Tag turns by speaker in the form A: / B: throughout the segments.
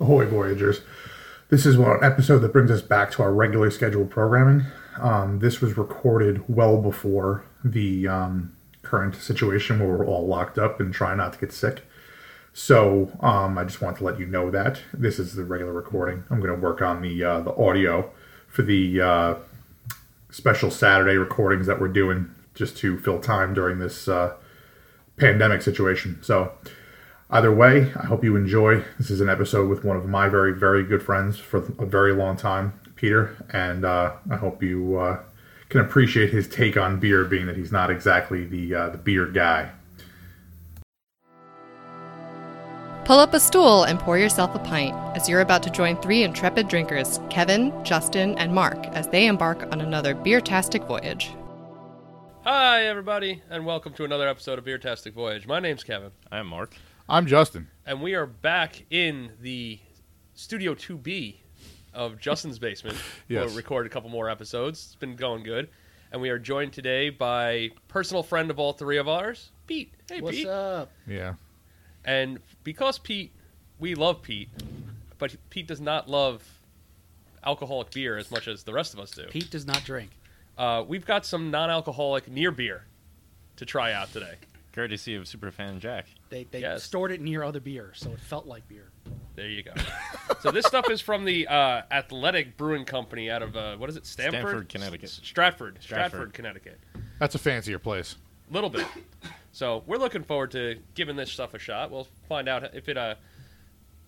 A: Ahoy, Voyagers. This is an episode that brings us back to our regularly scheduled programming. Um, this was recorded well before the um, current situation where we're all locked up and trying not to get sick. So um, I just want to let you know that this is the regular recording. I'm going to work on the uh, the audio for the uh, special Saturday recordings that we're doing just to fill time during this uh, pandemic situation. So either way, I hope you enjoy. This is an episode with one of my very very good friends for a very long time, Peter, and uh, I hope you uh, can appreciate his take on beer, being that he's not exactly the uh, the beer guy.
B: Pull up a stool and pour yourself a pint as you're about to join three intrepid drinkers, Kevin, Justin, and Mark, as they embark on another beer-tastic voyage.
C: Hi, everybody, and welcome to another episode of Beer Tastic Voyage. My name's Kevin,
D: I'm Mark.
E: I'm Justin.
C: and we are back in the Studio 2B of Justin's basement.
E: Yes.
C: We'll record a couple more episodes. It's been going good. And we are joined today by personal friend of all three of ours, Pete. Hey, Pete.
D: up?
E: Yeah.
C: And because Pete, we love Pete, but Pete does not love alcoholic beer as much as the rest of us do.
F: Pete does not drink.
C: Uh, we've got some non-alcoholic near beer to try out today.
D: Courtesy of Superfan Jack.
F: They they
C: Yes.
F: stored it near other beer, so it felt like beer.
C: There you go. so this stuff is from the uh, Athletic Brewing Company out of uh, what is it? Stamford,
D: Stamford, Connecticut.
C: S- Stratford, Stratford,
D: Stratford.
C: Connecticut.
E: That's a fancier place.
C: Little bit. So we're looking forward to giving this stuff a shot. We'll find out if it uh,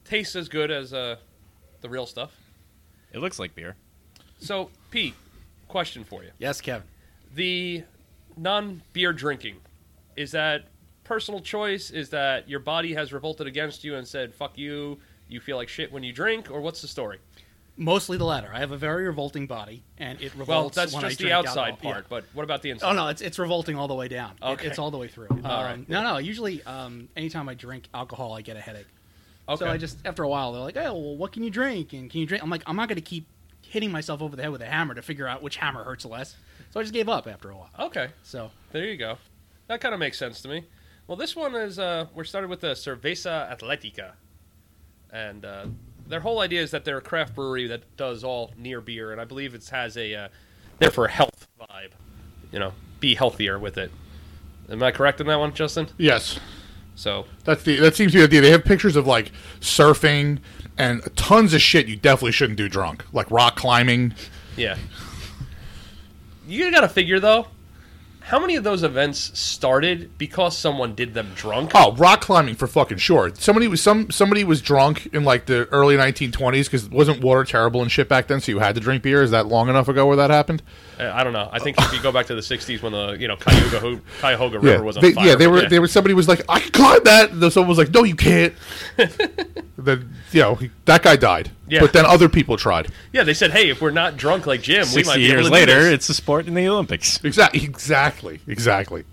C: tastes as good as uh, the real stuff.
D: It looks like beer.
C: So Pete, question for you:
F: Yes, Kevin.
C: the non-beer drinking is that personal choice? Is that your body has revolted against you and said "fuck you"? You feel like shit when you drink, or what's the story?
F: Mostly the latter. I have a very revolting body, and it revolts.
C: Well, that's
F: when
C: just
F: I
C: the
F: drink
C: outside
F: alcohol.
C: part,
F: Yeah.
C: but what about the inside?
F: Oh no, it's it's revolting all the way down. It-
C: Okay.
F: it's all the way through. Um,
C: All right.
F: No, no. Usually, um, anytime I drink alcohol, I get a headache.
C: Okay.
F: So I just after a while, they're like, "Oh, well, what can you drink? And can you drink?" I'm like, "I'm not going to keep hitting myself over the head with a hammer to figure out which hammer hurts less." So I just gave up after a while.
C: Okay,
F: So
C: there you go. That kind of makes sense to me. Well, this one is uh, we're started with the Cerveza Atletica, and uh, their whole idea is that they're a craft brewery that does all near beer, and I believe it has a uh, they're for health vibe. You know, be healthier with it. Am I correct in that one, Justin?
E: Yes.
C: So
E: That's the that seems to be the idea. They have pictures of like surfing and tons of shit you definitely shouldn't do drunk. Like rock climbing.
C: yeah, you gotta figure though. How many of those events started because someone did them drunk?
E: Oh, rock climbing for fucking sure. Somebody was some somebody was drunk in like the early 1920s because wasn't water terrible and shit back then, so you had to drink beer. Is that long enough ago where that happened?
C: Uh, I don't know. I think if you go back to the '60s when the you know Cuyahoga, Ho- Cuyahoga River was on
E: they,
C: fire,
E: yeah, they
C: but
E: were. They were. Somebody was like, "I can climb that." And then someone was like, "No, you can't." then you know he- that guy died.
C: Yeah.
E: But then other people tried.
C: Yeah, they said, "Hey, if we're not drunk like Jim, we might
D: Sixty
C: be able
D: years
C: to
D: later,
C: do this.
D: it's a sport in the Olympics.
E: Exactly. Exactly. Exactly.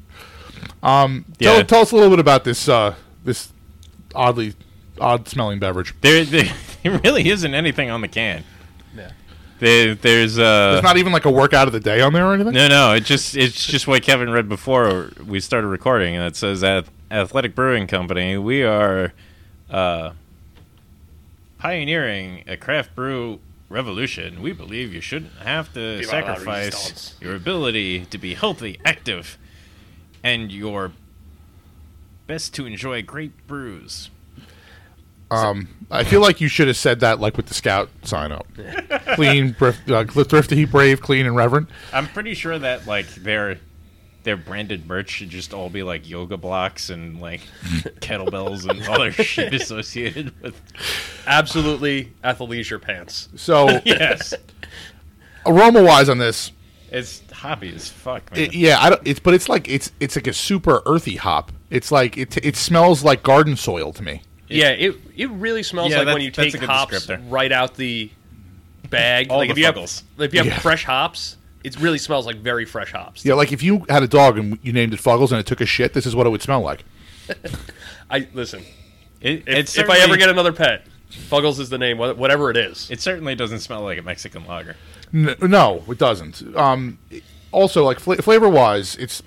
E: Um,
D: Yeah.
E: tell, tell us a little bit about this. Uh, this oddly odd smelling beverage.
D: There, there, there really isn't anything on the can.
C: Yeah.
D: There, there's uh,
E: There's not even like a workout of the day on there or anything.
D: no, no. It just, it's just what Kevin read before we started recording, and it says at Athletic Brewing Company, we are uh, pioneering a craft brew revolution. We believe you shouldn't have to
C: Viva la resistance.
D: sacrifice your ability to be healthy, active, and your best to enjoy great brews.
E: I feel like you should have said that like with the scout sign up. clean, brif- uh, thrifty, brave, clean, and reverent.
D: I'm pretty sure that like their their branded merch should just all be like yoga blocks and like kettlebells and other shit associated with.
C: absolutely athleisure pants."
E: So
D: Yes,
E: aroma wise on this,
D: it's hobby as fuck, man.
E: It- yeah, I don't, it's but it's like it's it's like a super earthy hop. It's like it it smells like garden soil to me.
C: yeah, it it really smells
D: Yeah,
C: like when
D: that's-
C: you
D: that's
C: take
D: a good
C: hops
D: descriptor.
C: right out the bag.
D: All
C: like
D: the
C: if you
D: fuggles.
C: have if you have
E: Yeah.
C: fresh hops, it really smells like very fresh hops.
E: Yeah, like if you had a dog and you named it Fuggles and it took a shit, this is what it would smell like.
C: I listen.
D: It-
C: If,
D: it
C: if I
D: certainly-
C: ever get another pet, Fuggles is the name, wha- whatever it is.
D: it certainly doesn't smell like a Mexican lager.
E: N- no, it doesn't. Um, also, like fla- flavor wise, it's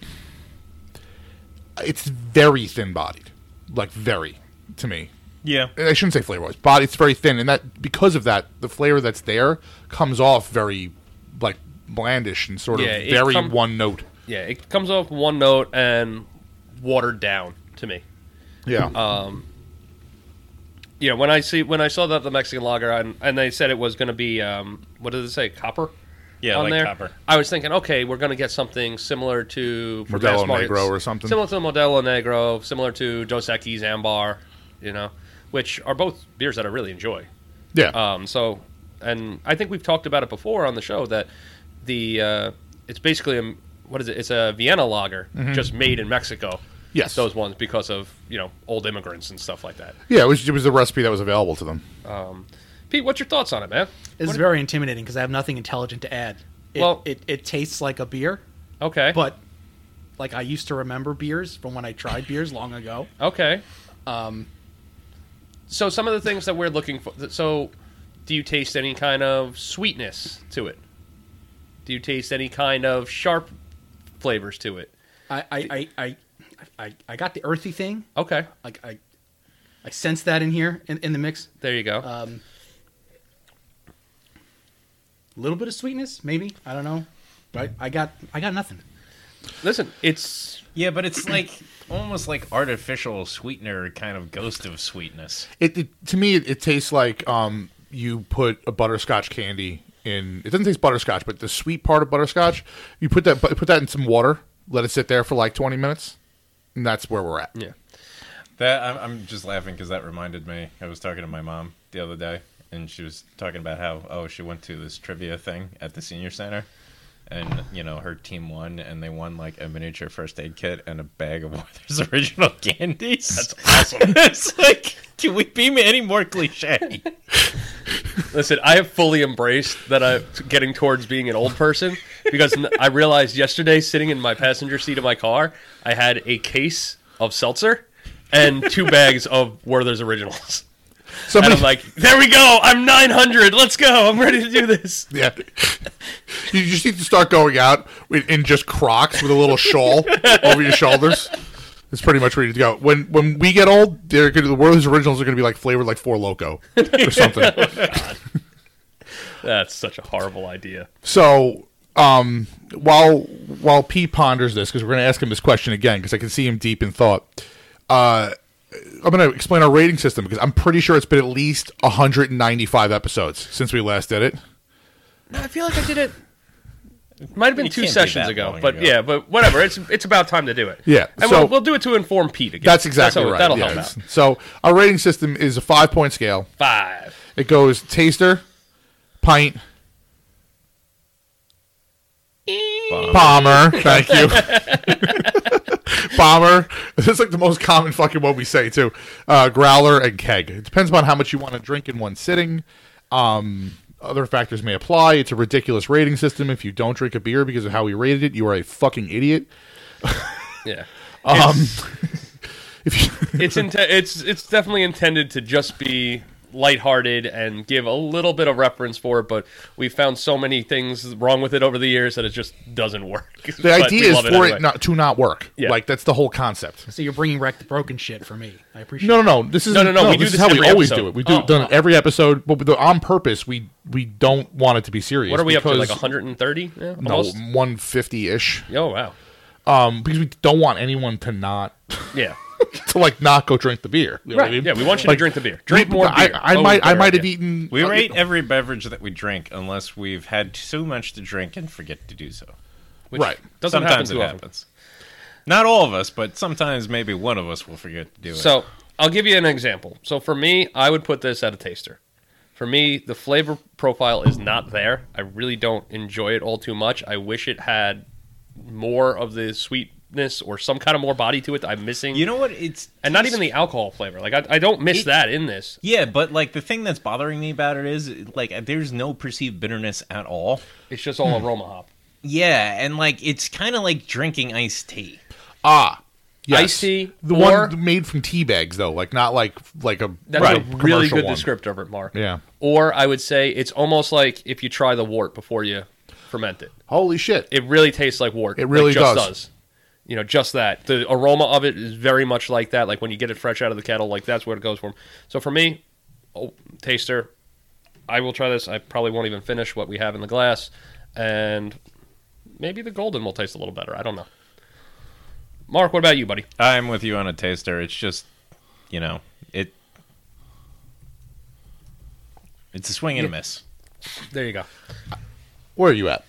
E: it's very thin bodied, like very to me.
D: Yeah.
E: I shouldn't say flavor wise. Body, it's very thin, and that because of that, the flavor that's there comes off very like blandish and sort
C: Yeah,
E: of
C: it
E: very
C: come-
E: one note.
C: Yeah, it comes off one note and watered down to me.
E: Yeah,
C: Uh, Yeah, Um, when I see when I saw that the Mexican lager and, and they said it was going to be um, what did it say copper
D: Yeah,
C: on
D: like
C: there,
D: copper.
C: I was thinking, okay, we're going to get something similar to for
E: Modelo
C: mass markets.
E: Negro or something.
C: similar to the Modelo Negro, similar to Dos Equis Ambar, you know, which are both beers that I really enjoy.
E: yeah.
C: Um, so, and I think we've talked about it before on the show that the uh, it's basically a what is it? It's a Vienna lager just made in Mexico.
E: Yes.
C: those ones because of you know old immigrants and stuff like that.
E: yeah, it was, it was the recipe that was available to them.
C: Pete, what's your thoughts on it, man?
F: It's very intimidating because I have nothing intelligent to add. It,
C: Well-
F: it, it tastes like a beer,
C: Okay,
F: but like I used to remember beers from when I tried beers long ago.
C: okay. Um, so some of the things that we're looking for. So, do you taste any kind of sweetness to it? Do you taste any kind of sharp flavors to it?
F: I I, I, I, I, I got the earthy thing.
C: Okay,
F: Like I, I sense that in here in, in the mix.
C: there you go.
F: Um, a little bit of sweetness, maybe. I don't know. Right? I got I got nothing.
C: Listen, it's
D: Yeah, but it's like almost like artificial sweetener, kind of ghost of sweetness.
E: It, it to me, it, it tastes like um, you put a butterscotch candy in. It doesn't taste butterscotch, but the sweet part of butterscotch, you put that put that in some water, let it sit there for like twenty minutes, and that's where we're at.
C: yeah.
D: That I'm, I'm just laughing because that reminded me. I was talking to my mom the other day, and she was talking about how oh she went to this trivia thing at the senior center, and you know her team won, and they won like a miniature first aid kit and a bag of Werther's original candies. That's awesome. it's like, can we be any more cliche?
C: Listen, I have fully embraced that I'm getting towards being an old person because n- I realized yesterday, sitting in my passenger seat of my car, I had a case of seltzer and two bags of Werther's Originals. And
E: Somebody
C: I'm like, there we go. I'm 900. Let's go. I'm ready to do this.
E: Yeah. you just need to start going out in, in just Crocs with a little shawl over your shoulders. It's pretty much ready to go. When when we get old, they're gonna, the world's originals are going to be like flavored like Four Loco or something.
C: That's such a horrible idea.
E: so um, while while P ponders this, because we're going to ask him this question again, because I can see him deep in thought. Uh, I'm going to explain our rating system because I'm pretty sure it's been at least 195 episodes since we last did it.
C: No, I feel like I did it. Might have been
D: You
C: two
D: can't do
C: sessions
D: that
C: ago,
D: long
C: but
D: ago.
C: yeah, but whatever. It's it's about time to do it.
E: Yeah,
C: and
E: so-
C: we'll, we'll do it to inform Pete again.
E: That's exactly
C: how-
E: right.
C: That'll
E: yeah.
C: help out.
E: So our rating system is a five point scale.
C: Five.
E: It goes taster, pint, bomber. Thank you. bomber. This is like the most common fucking one we say too. Uh, growler and keg. It depends upon how much you want to drink in one sitting. Um, other factors may apply. It's a ridiculous rating system. If you don't drink a beer because of how we rated it, you are a fucking idiot. Um,
C: Yeah.
E: If you,
C: it's inte- it's it's definitely intended to just be lighthearted and give a little bit of reference for it, but we found so many things wrong with it over the years that it just doesn't work.
E: the idea is for it not to not work.
C: Yeah.
E: Like that's the whole concept.
F: So you're bringing back the broken shit for me. I appreciate.
E: No,
F: it.
E: no, no. This is
C: No, no, no, we do
E: this is
C: this
E: how we
C: every
E: always
C: episode.
E: do it. We do
C: Oh,
E: done it every episode, but with the- on purpose. We we don't want it to be serious.
C: What are we up to?
E: because-
C: Like 130? Yeah,
E: No,
C: almost.
E: one fifty ish.
C: Oh wow.
E: Um, because we don't want anyone to not
C: Yeah.
E: to like not go drink the beer. You know what I
C: Right.
E: mean?
C: Yeah, we want you to drink the beer. Drink more
E: I,
C: beer.
E: I
C: Oh,
E: might I
C: better
E: might have
C: idea.
E: eaten.
D: We
E: uh,
D: rate every beverage that we drink unless we've had too much to drink and forget to do so.
C: Which
E: Right.
C: Doesn't
D: sometimes
C: happen too
D: it
C: often.
D: happens. Not all of us, but sometimes maybe one of us will forget to do it.
C: So I'll give you an example. So for me, I would put this at a taster. For me, the flavor profile is not there. I really don't enjoy it all too much. I wish it had more of the sweetness or some kind of more body to it that I'm missing.
D: you know what? It's
C: and not even the alcohol flavor. Like I, I don't miss
D: It-
C: that in this.
D: yeah, but like the thing that's bothering me about it is like there's no perceived bitterness at all.
C: It's just
E: Hmm.
C: all aroma hop.
D: Yeah, and like it's kind of like drinking iced tea.
E: Ah, yes.
C: Iced tea
E: The
C: or-
E: one made from tea bags though, like not like like a
C: That's
E: like,
C: a really
E: commercial
C: good
E: one.
C: descriptor of it, Mark.
E: Yeah.
C: Or I would say it's almost like if you try the wort before you ferment it.
E: Holy shit!
C: It really tastes like wort.
E: It really
C: like, just
E: does.
C: does. you know, just that. The aroma of it is very much like that. Like when you get it fresh out of the kettle, like that's where it goes from. So for me, oh, taster, I will try this. I probably won't even finish what we have in the glass, and maybe the golden will taste a little better. I don't know. Mark, what about you, buddy?
D: I'm with you on a taster. It's just, you know, it. It's a swing and a miss.
C: There you go.
E: Where are you at?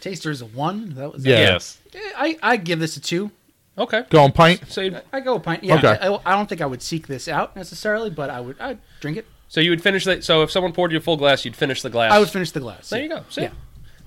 F: Taster's a one. That was
E: Yeah.
D: Yes.
F: Eh, I I give this a two.
C: Okay.
E: Go on, pint.
C: So you'd,
F: I go a pint. Yeah,
E: Okay.
F: I, I- I don't think I would seek this out necessarily, but I would I'd drink it.
C: so you would finish that. So if someone poured you a full glass, you'd finish the glass.
F: I would finish the glass.
C: There
F: yeah.
C: you go. See?
F: Yeah.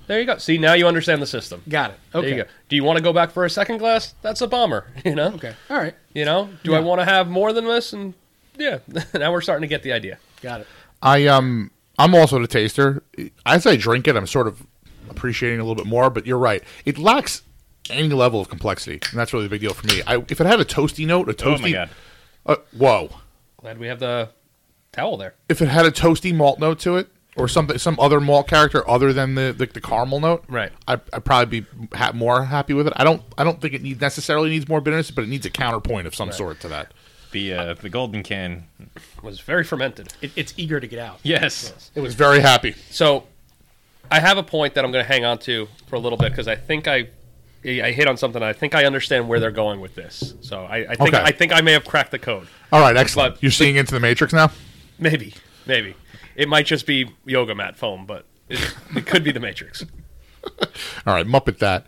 C: There you go. See, now you understand the system.
F: Got it. Okay.
C: There you go. Do you want to go back for a second glass? That's a bummer, you know?
F: Okay. All right.
C: You know? Do I want to have more than this? And yeah, now we're starting to get the idea.
F: Got it.
E: I um I'm also the taster. As I drink it, I'm sort of appreciating it a little bit more. But you're right; it lacks any level of complexity, and that's really the big deal for me. I, if it had a toasty note, a
D: Oh
E: toasty,
D: my god.
E: Uh, whoa!
C: Glad we have the towel there.
E: If it had a toasty malt note to it, or something, some other malt character other than the the, the caramel note,
C: Right.
E: I I'd probably be ha- more happy with it. I don't I don't think it need, necessarily needs more bitterness, but it needs a counterpoint of some sort to that.
D: The uh, the golden can.
C: It was very fermented.
F: it. It's eager to get out.
D: Yes.
E: It was very happy.
C: So I have a point that I'm going to hang on to for a little bit because I think I. I hit on something. I think I understand where they're going with this. So I, I think
E: Okay.
C: I think I may have cracked the code.
E: All right, excellent.
C: But-
E: You're seeing into the matrix now.
C: Maybe, maybe it might just be yoga mat foam, but it, it could be the Matrix.
E: All right, muppet that.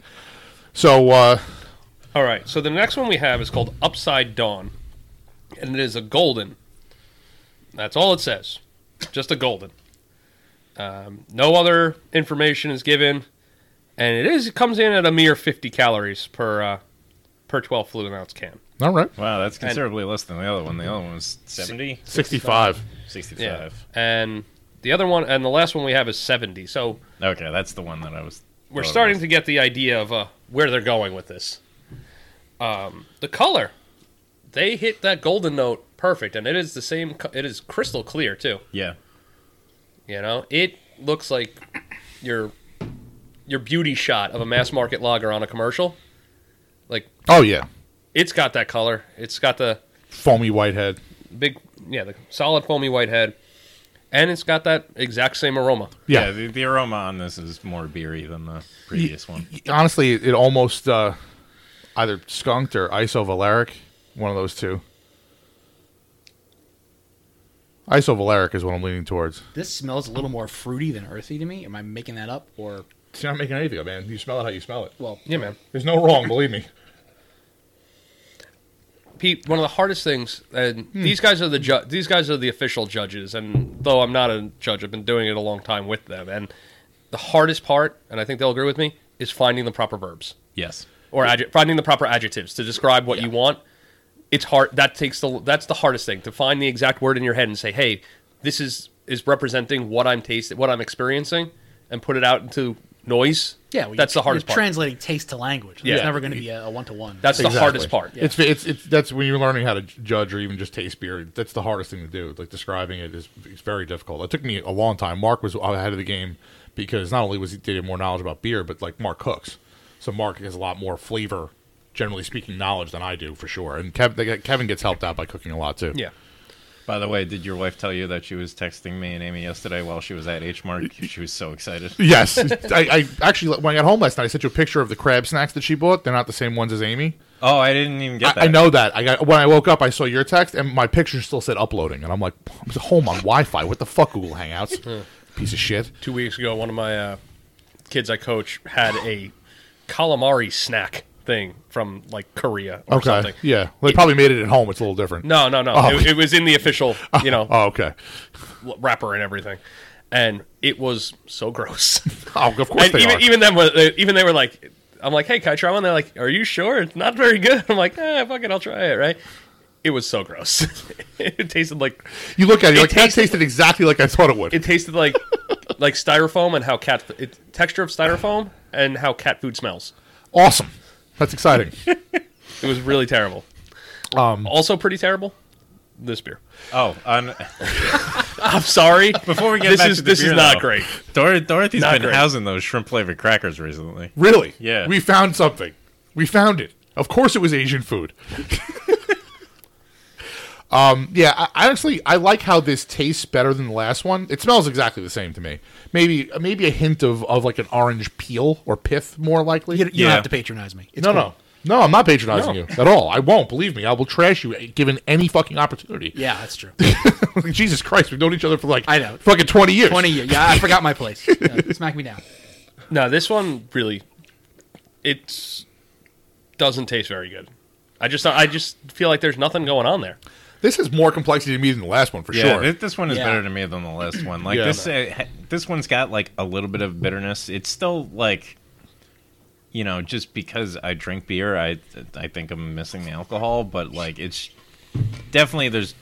E: So. uh
C: All right. So the next one we have is called Upside Dawn, and it is a golden. That's all it says, just a golden. Um, no other information is given, and it is it comes in at a mere 50 calories per uh, per 12 fluid ounce can.
E: all right.
D: Wow, that's considerably less than the other one. The other one was 70,
E: 65.
D: 65.
C: Yeah. And the other one and the last one we have is 70. So
D: Okay, that's the one that I was.
C: we're
D: thought it
C: starting
D: was.
C: to get the idea of uh, where they're going with this. Um, the color, they hit that golden note perfect, and it is the same. co- It is crystal clear too.
D: Yeah.
C: You know, it looks like your your beauty shot of a mass market lager on a commercial. Like
E: Oh, yeah.
C: it's got that color. It's got the
E: Foamy whitehead.
C: big, yeah, the solid foamy white head, and it's got that exact same aroma.
D: Yeah,
E: Yeah.
D: the, the aroma on this is more beery than the previous one.
E: Honestly, it almost uh, either skunked or isovaleric. One of those two. Isovaleric is what I'm leaning towards.
F: This smells a little more fruity than earthy to me. Am I making that up or
E: You're not making anything up, man. You smell it how you smell it.
F: well?
C: Yeah, man.
E: There's no wrong, believe me.
C: Pete, one of the hardest things, and
F: Hmm.
C: these guys are the ju- these guys are the official judges, and though I'm not a judge, I've been doing it a long time with them, and the hardest part, and I think they'll agree with me, is finding the proper verbs
D: Yes.
C: or adj- finding the proper adjectives to describe what you want. It's hard. That takes the that's the hardest thing to find the exact word in your head and say, "Hey, this is is representing what I'm tasting, what I'm experiencing," and put it out into noise.
F: Yeah, well,
C: that's
F: you're-
C: the hardest
F: you're
C: part.
F: Translating taste to language. It's
C: Yeah.
F: never going to be a one to one.
C: that's the hardest part.
E: It's, it's it's that's when you're learning how to j- judge or even just taste beer. That's the hardest thing to do. Like describing it is it's very difficult. It took me a long time. Mark was ahead of the game because not only was he did he have more knowledge about beer, but like Mark cooks, so Mark has a lot more flavor, generally speaking, knowledge than I do for sure. And Kev, they, get- Kevin gets helped out by cooking a lot too.
C: Yeah.
D: By the way, did your wife tell you that she was texting me and Amy yesterday while she was at H Mart? She was so excited.
E: Yes, I, I actually when I got home last night, I sent you a picture of the crab snacks that she bought. They're not the same ones as Amy.
D: Oh, I didn't even get that.
E: I, I know that. I got when I woke up, I saw your text, and my picture still said uploading, and I'm like, I'm just home on Wi-Fi. What the fuck, Google
C: Hmm.
E: Hangouts? Piece of shit.
C: two weeks ago, one of my uh, kids I coach had a calamari snack thing from like Korea or
E: Okay,
C: something.
E: yeah, Oh. they probably made it at home. It's a little different.
C: No, no, no. It, it was in the official, you know,
E: Oh, okay. Oh.
C: wrapper and everything, and it was so gross.
E: Oh, of course
C: and
E: they
C: even
E: are.
C: even them, were- they- even they were like, "I'm like, hey, can I try one?" They're like, "Are you sure? It's not very good." I'm like, "Ah, fuck it, I'll try it." Right? It was so gross. it tasted like
E: you look at it, you're
C: it
E: like that
C: tasted-
E: tasted exactly like I thought it would.
C: it tasted like like styrofoam and how cat it, texture of styrofoam and how cat food smells.
E: awesome. That's exciting.
C: It was really terrible.
E: Um,
C: Also, pretty terrible. This beer.
D: Oh, on,
C: I'm sorry.
D: before we get
C: this
D: back
C: is
D: to the
C: this
D: beer,
C: is not
D: though,
C: great.
D: Dor- Dorothy's
C: Not
D: been
C: great.
D: housing those shrimp flavored crackers recently.
E: really?
D: Yeah.
E: We found something. We found it. Of course, it was Asian food. um, yeah, I, honestly, I like how this tastes better than the last one. It smells exactly the same to me. Maybe, maybe a hint of, of like an orange peel or pith, more likely.
F: You, you don't
D: Yeah.
F: have to patronize me. It's
E: no,
F: cool.
E: no, no. I'm not patronizing
F: No.
E: you at all. I won't. Believe me, I will trash you given any fucking opportunity.
F: Yeah, that's true.
E: Jesus Christ, we've known each other for like
F: I know.
E: fucking twenty years.
F: Twenty years. Yeah, I forgot my place. Yeah, smack me down.
C: No, this one really, it's doesn't taste very good. I just I just feel like there's nothing going on there.
E: This is more complexity to me than the last one for
D: Yeah,
E: sure.
D: thi- this one is
F: Yeah.
D: better to me than the last one. Like
E: Yeah.
D: this, uh, ha- this one's got like a little bit of bitterness. It's still like, you know, just because I drink beer, I I think I'm missing the alcohol, but like it's definitely there's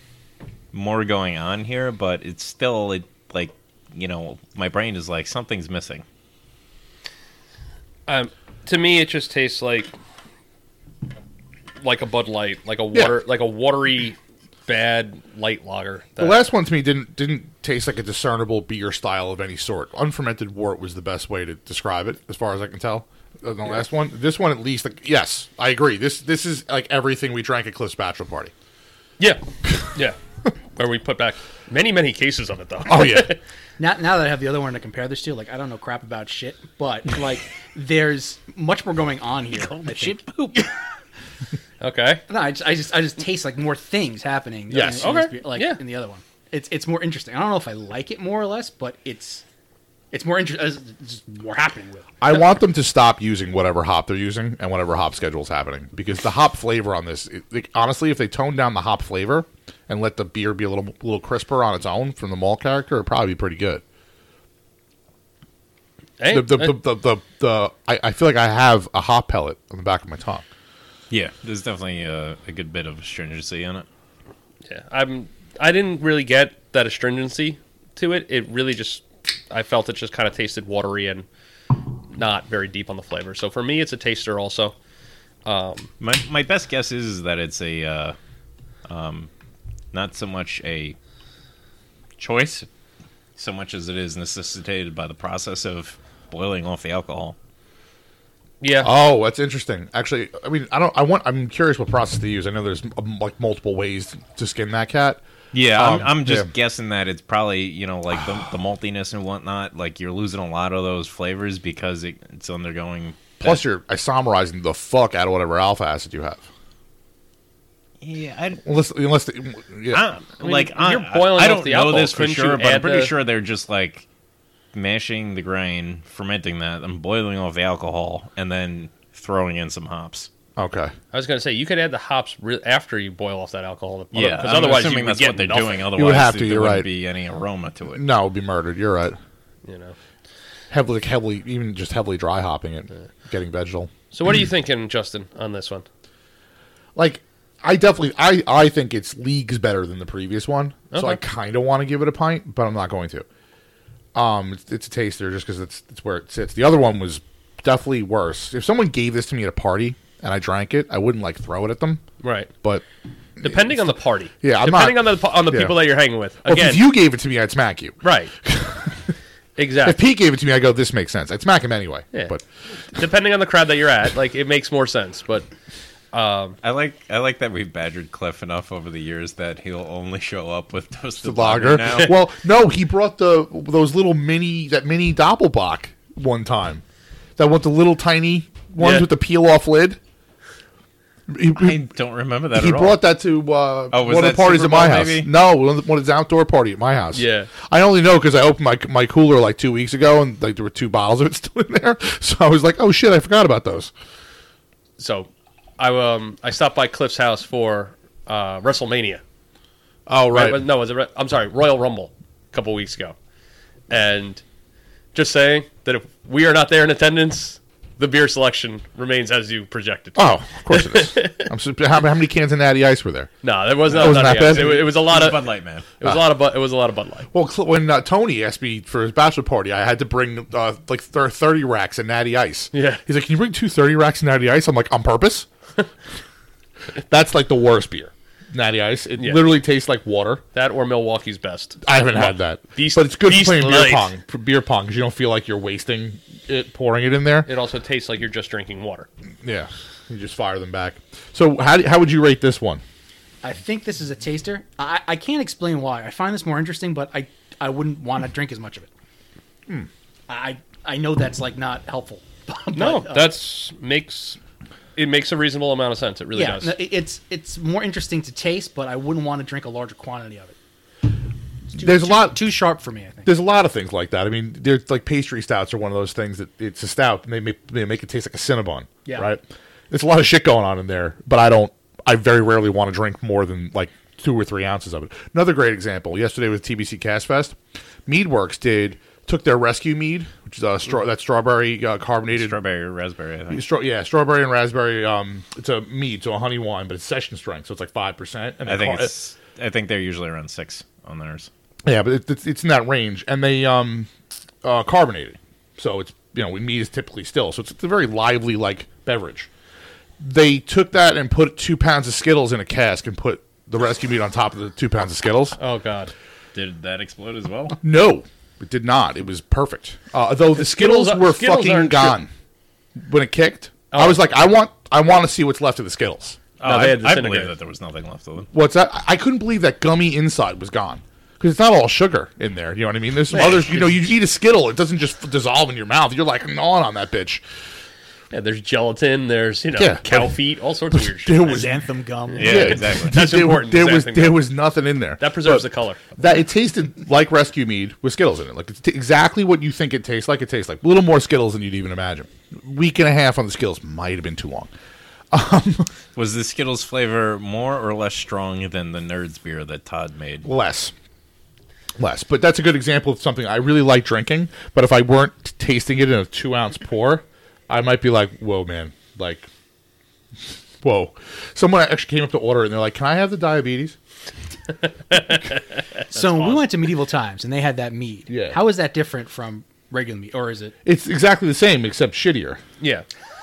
D: more going on here, but it's still it like you know my brain is like something's missing.
C: Um, to me, it just tastes like like a Bud Light, like a water, like a watery bad light lager.
E: The
C: that-
E: last one to me didn't didn't taste like a discernible beer style of any sort. Unfermented wort was the best way to describe it, as far as I can tell. Uh, The last one, this one at least, like yes, I agree. This this is like everything we drank at Cliff's bachelor party.
C: yeah, yeah, where we put back many many cases of it though.
D: Uh,
E: Oh yeah,
F: Now, now that I have the other one to compare this to, like I don't know crap about shit, but like there's much more going on here. I think.
C: okay,
F: No, I just, I just, I just taste like more things happening.
C: Yes.
F: in this
C: Okay.
F: beer- like
C: Yeah.
F: in the other one, it's it's more interesting. I don't know if I like it more or less, but it's it's more interesting. Just more happening with. it.
E: I want them to stop using whatever hop they're using and whatever hop schedule's happening because the hop flavor on this, it, like, honestly, if they tone down the hop flavor and let the beer be a little little crisper on its own from the malt character, it'd probably be pretty good.
C: Hey,
E: The the
C: uh,
E: the the, the, the I, I feel like I have a hop pellet on the back of my tongue.
D: Yeah, there's definitely a, a good bit of astringency in it.
C: yeah, I'm. I didn't really get that astringency to it. It really just, I felt it just kind of tasted watery and not very deep on the flavor. So for me, it's a taster also.
D: My my best guess is, is that it's a, uh, um, not so much a choice, so much as it is necessitated by the process of boiling off the alcohol.
C: Yeah,
E: Oh, that's interesting. Actually, I mean, I don't. I want. I'm curious what process they use. I know there's um, like multiple ways to skin that cat.
D: Yeah,
E: Um,
D: I'm, I'm just
E: yeah.
D: guessing that it's probably you know like the, the maltiness and whatnot. Like you're losing a lot of those flavors because it, it's undergoing.
E: Plus, you're isomerizing the fuck out of whatever alpha acid you have.
D: yeah, I,
E: Unless, unless, the, yeah.
D: I, like
C: if
D: I,
C: you're boiling
D: I
C: off
D: don't
C: the
D: know
C: alcohol,
D: this for
C: couldn't you
D: sure, but I'm
C: add
D: pretty
C: the-
D: sure they're just like mashing the grain, fermenting that, and boiling off the alcohol, and then throwing in some hops.
E: okay.
C: I was gonna say you could add the hops re- after you boil off that alcohol.
D: I'm
C: because otherwise you
D: assuming
C: would
D: that's
C: get
D: what they're
C: nothing,
D: doing. Otherwise,
E: have to,
D: there
E: you're
D: wouldn't
E: right.
D: be any aroma to it.
E: No, it'd be murdered. You're right.
C: You know.
E: Heavily, like heavily, even just heavily dry hopping it, getting vegetal.
C: So what are you thinking, Justin, on this one?
E: Like, I definitely, I, I think it's leagues better than the previous one. So
C: Okay.
E: I kind of want to give it a pint, but I'm not going to. Um, it's, it's a taster just because it's it's where it sits. The other one was definitely worse. If someone gave this to me at a party and I drank it, I wouldn't like throw it at them.
C: Right.
E: But
C: Depending on the party.
E: Yeah, I'm
C: Depending
E: not-
C: on the on the
E: yeah.
C: people that you're hanging with.
E: well,
C: Again.
E: if you gave it to me, I'd smack you.
C: right.
E: If
C: exactly.
E: Pete gave it to me, I go, this makes sense. I'd smack him anyway.
C: Yeah.
E: But
C: Depending on the crowd that you're at, like it makes more sense. But
D: I like I like that we've badgered Cliff enough over the years that he'll only show up with
E: the
D: toasted
E: lager.
D: lager. now.
E: well, no, he brought the those little mini that mini doppelbock one time. That one, the little tiny ones
C: Yeah.
E: with the peel off lid. He,
D: I don't remember that
E: he
D: at all.
E: brought that to uh,
D: Oh, was
E: one of
D: that
E: the parties
D: Super
E: at my
D: Bowl,
E: house.
D: maybe?
E: No, one of, the, one of the outdoor party at my house.
C: Yeah.
E: I only know because I opened my my cooler like two weeks ago, and like there were two bottles of it still in there. So I was like, "Oh shit, I forgot about those."
C: so I um I stopped by Cliff's house for uh, WrestleMania.
E: Oh right,
C: Right. No, was it? Re- I'm sorry, Royal Rumble, a couple weeks ago, and just saying that if we are not there in attendance, the beer selection remains as you projected.
E: Oh, of course it is. I'm su- how, how many cans of Natty Ice were there?
C: No, that was not.
E: That wasn't
C: not
E: that
C: the ice.
E: bad.
C: It, wa- it was a lot of.
D: Bud Light man.
C: It was a lot of. Bud, it was a lot of Bud Light.
E: Well, cl- when uh, Tony asked me for his bachelor party, I had to bring uh, like thir- 30 racks of Natty Ice.
C: Yeah.
E: He's like, can you bring two 30 racks of Natty Ice? I'm like, on purpose? That's like the worst beer. Natty Ice. It
C: Yeah.
E: literally tastes like water.
C: That or Milwaukee's best.
E: I haven't had that.
C: Beast-
E: but it's good for
C: Beast
E: playing beer
C: Light.
E: pong, for beer pong, because you don't feel like you're wasting it, pouring it in there.
C: It also tastes like you're just drinking water.
E: Yeah. You just fire them back. So how, do- how would you rate this one?
F: I think this is a taster. I, I can't explain why. I find this more interesting, but I, I wouldn't want to drink as much of it. I I know that's like not helpful. but,
C: No,
F: uh,
C: that's makes it makes a reasonable amount of sense. It really
F: yeah,
C: does.
F: no, it- it's it's more interesting to taste, but I wouldn't want to drink a larger quantity of it. It's too-
E: There's a
F: too-
E: lot-
F: too sharp for me. I think.
E: There's a lot of things like that. I mean, there's like pastry stouts are one of those things that it's a stout and they make, they make it taste like a Cinnabon.
F: Yeah.
E: Right. There's a lot of shit going on in there, but I don't. I very rarely want to drink more than like two or three ounces of it. Another great example yesterday with TBC Cast Fest, Meadworks did took their rescue mead, which is uh, straw that strawberry uh, carbonated
D: Strawberry or raspberry, I think.
E: Stra- yeah, strawberry and raspberry. Um, it's a mead, so a honey wine, but it's session strength, so it's like five percent.
D: I think it's. I think they're usually around six on theirs.
E: yeah, but it, it's, it's in that range, and they um, uh, carbonated, so it's you know mead is typically still, so it's, it's a very lively like beverage. They took that and put two pounds of Skittles in a cask and put the rescue meat on top of the two pounds of Skittles.
C: oh God,
D: Did that explode as well?
E: No, it did not. It was perfect. Uh, though the Skittles,
C: Skittles are-
E: were
C: Skittles
E: fucking
C: aren't Oh.
E: gone when it kicked. I was like, I want, I want to see what's left of the Skittles.
D: Oh,
C: they
D: I,
C: had
D: I
C: disintegrate.
D: believe that there was nothing left of them.
E: What's that? I- I couldn't believe that gummy inside was gone because it's not all sugar in there. You know what I mean? There's some others. You know, you eat a Skittle, it doesn't just f- dissolve in your mouth. You're like gnawing on that bitch.
C: yeah. There's gelatin. There's you know
E: Yeah.
C: cow feet. All sorts of weird shit.
E: There was
F: Xanthem gum.
D: Yeah,
E: Yeah.
D: exactly.
C: That's
E: there,
C: important.
E: There
C: Zach,
E: was
C: I think
E: there
C: that-
E: was nothing in there.
C: that preserves the color.
E: That it tasted like rescue mead with Skittles in it. Like it's t- exactly what you think it tastes like. It tastes like a little more Skittles than you'd even imagine. Week and a half on the Skittles might have been too long.
D: Was the Skittles flavor more or less strong than the Nerds beer that Todd made?
E: less less but that's a good example of something i really like drinking but if i weren't tasting it in a two ounce pour i might be like whoa man like whoa someone actually came up to order it and they're like can i have the diabetes
F: So we went to medieval times and they had that mead.
E: Yeah.
F: How is that different from regular mead, or is it?
E: it's exactly the same except shittier
C: Yeah.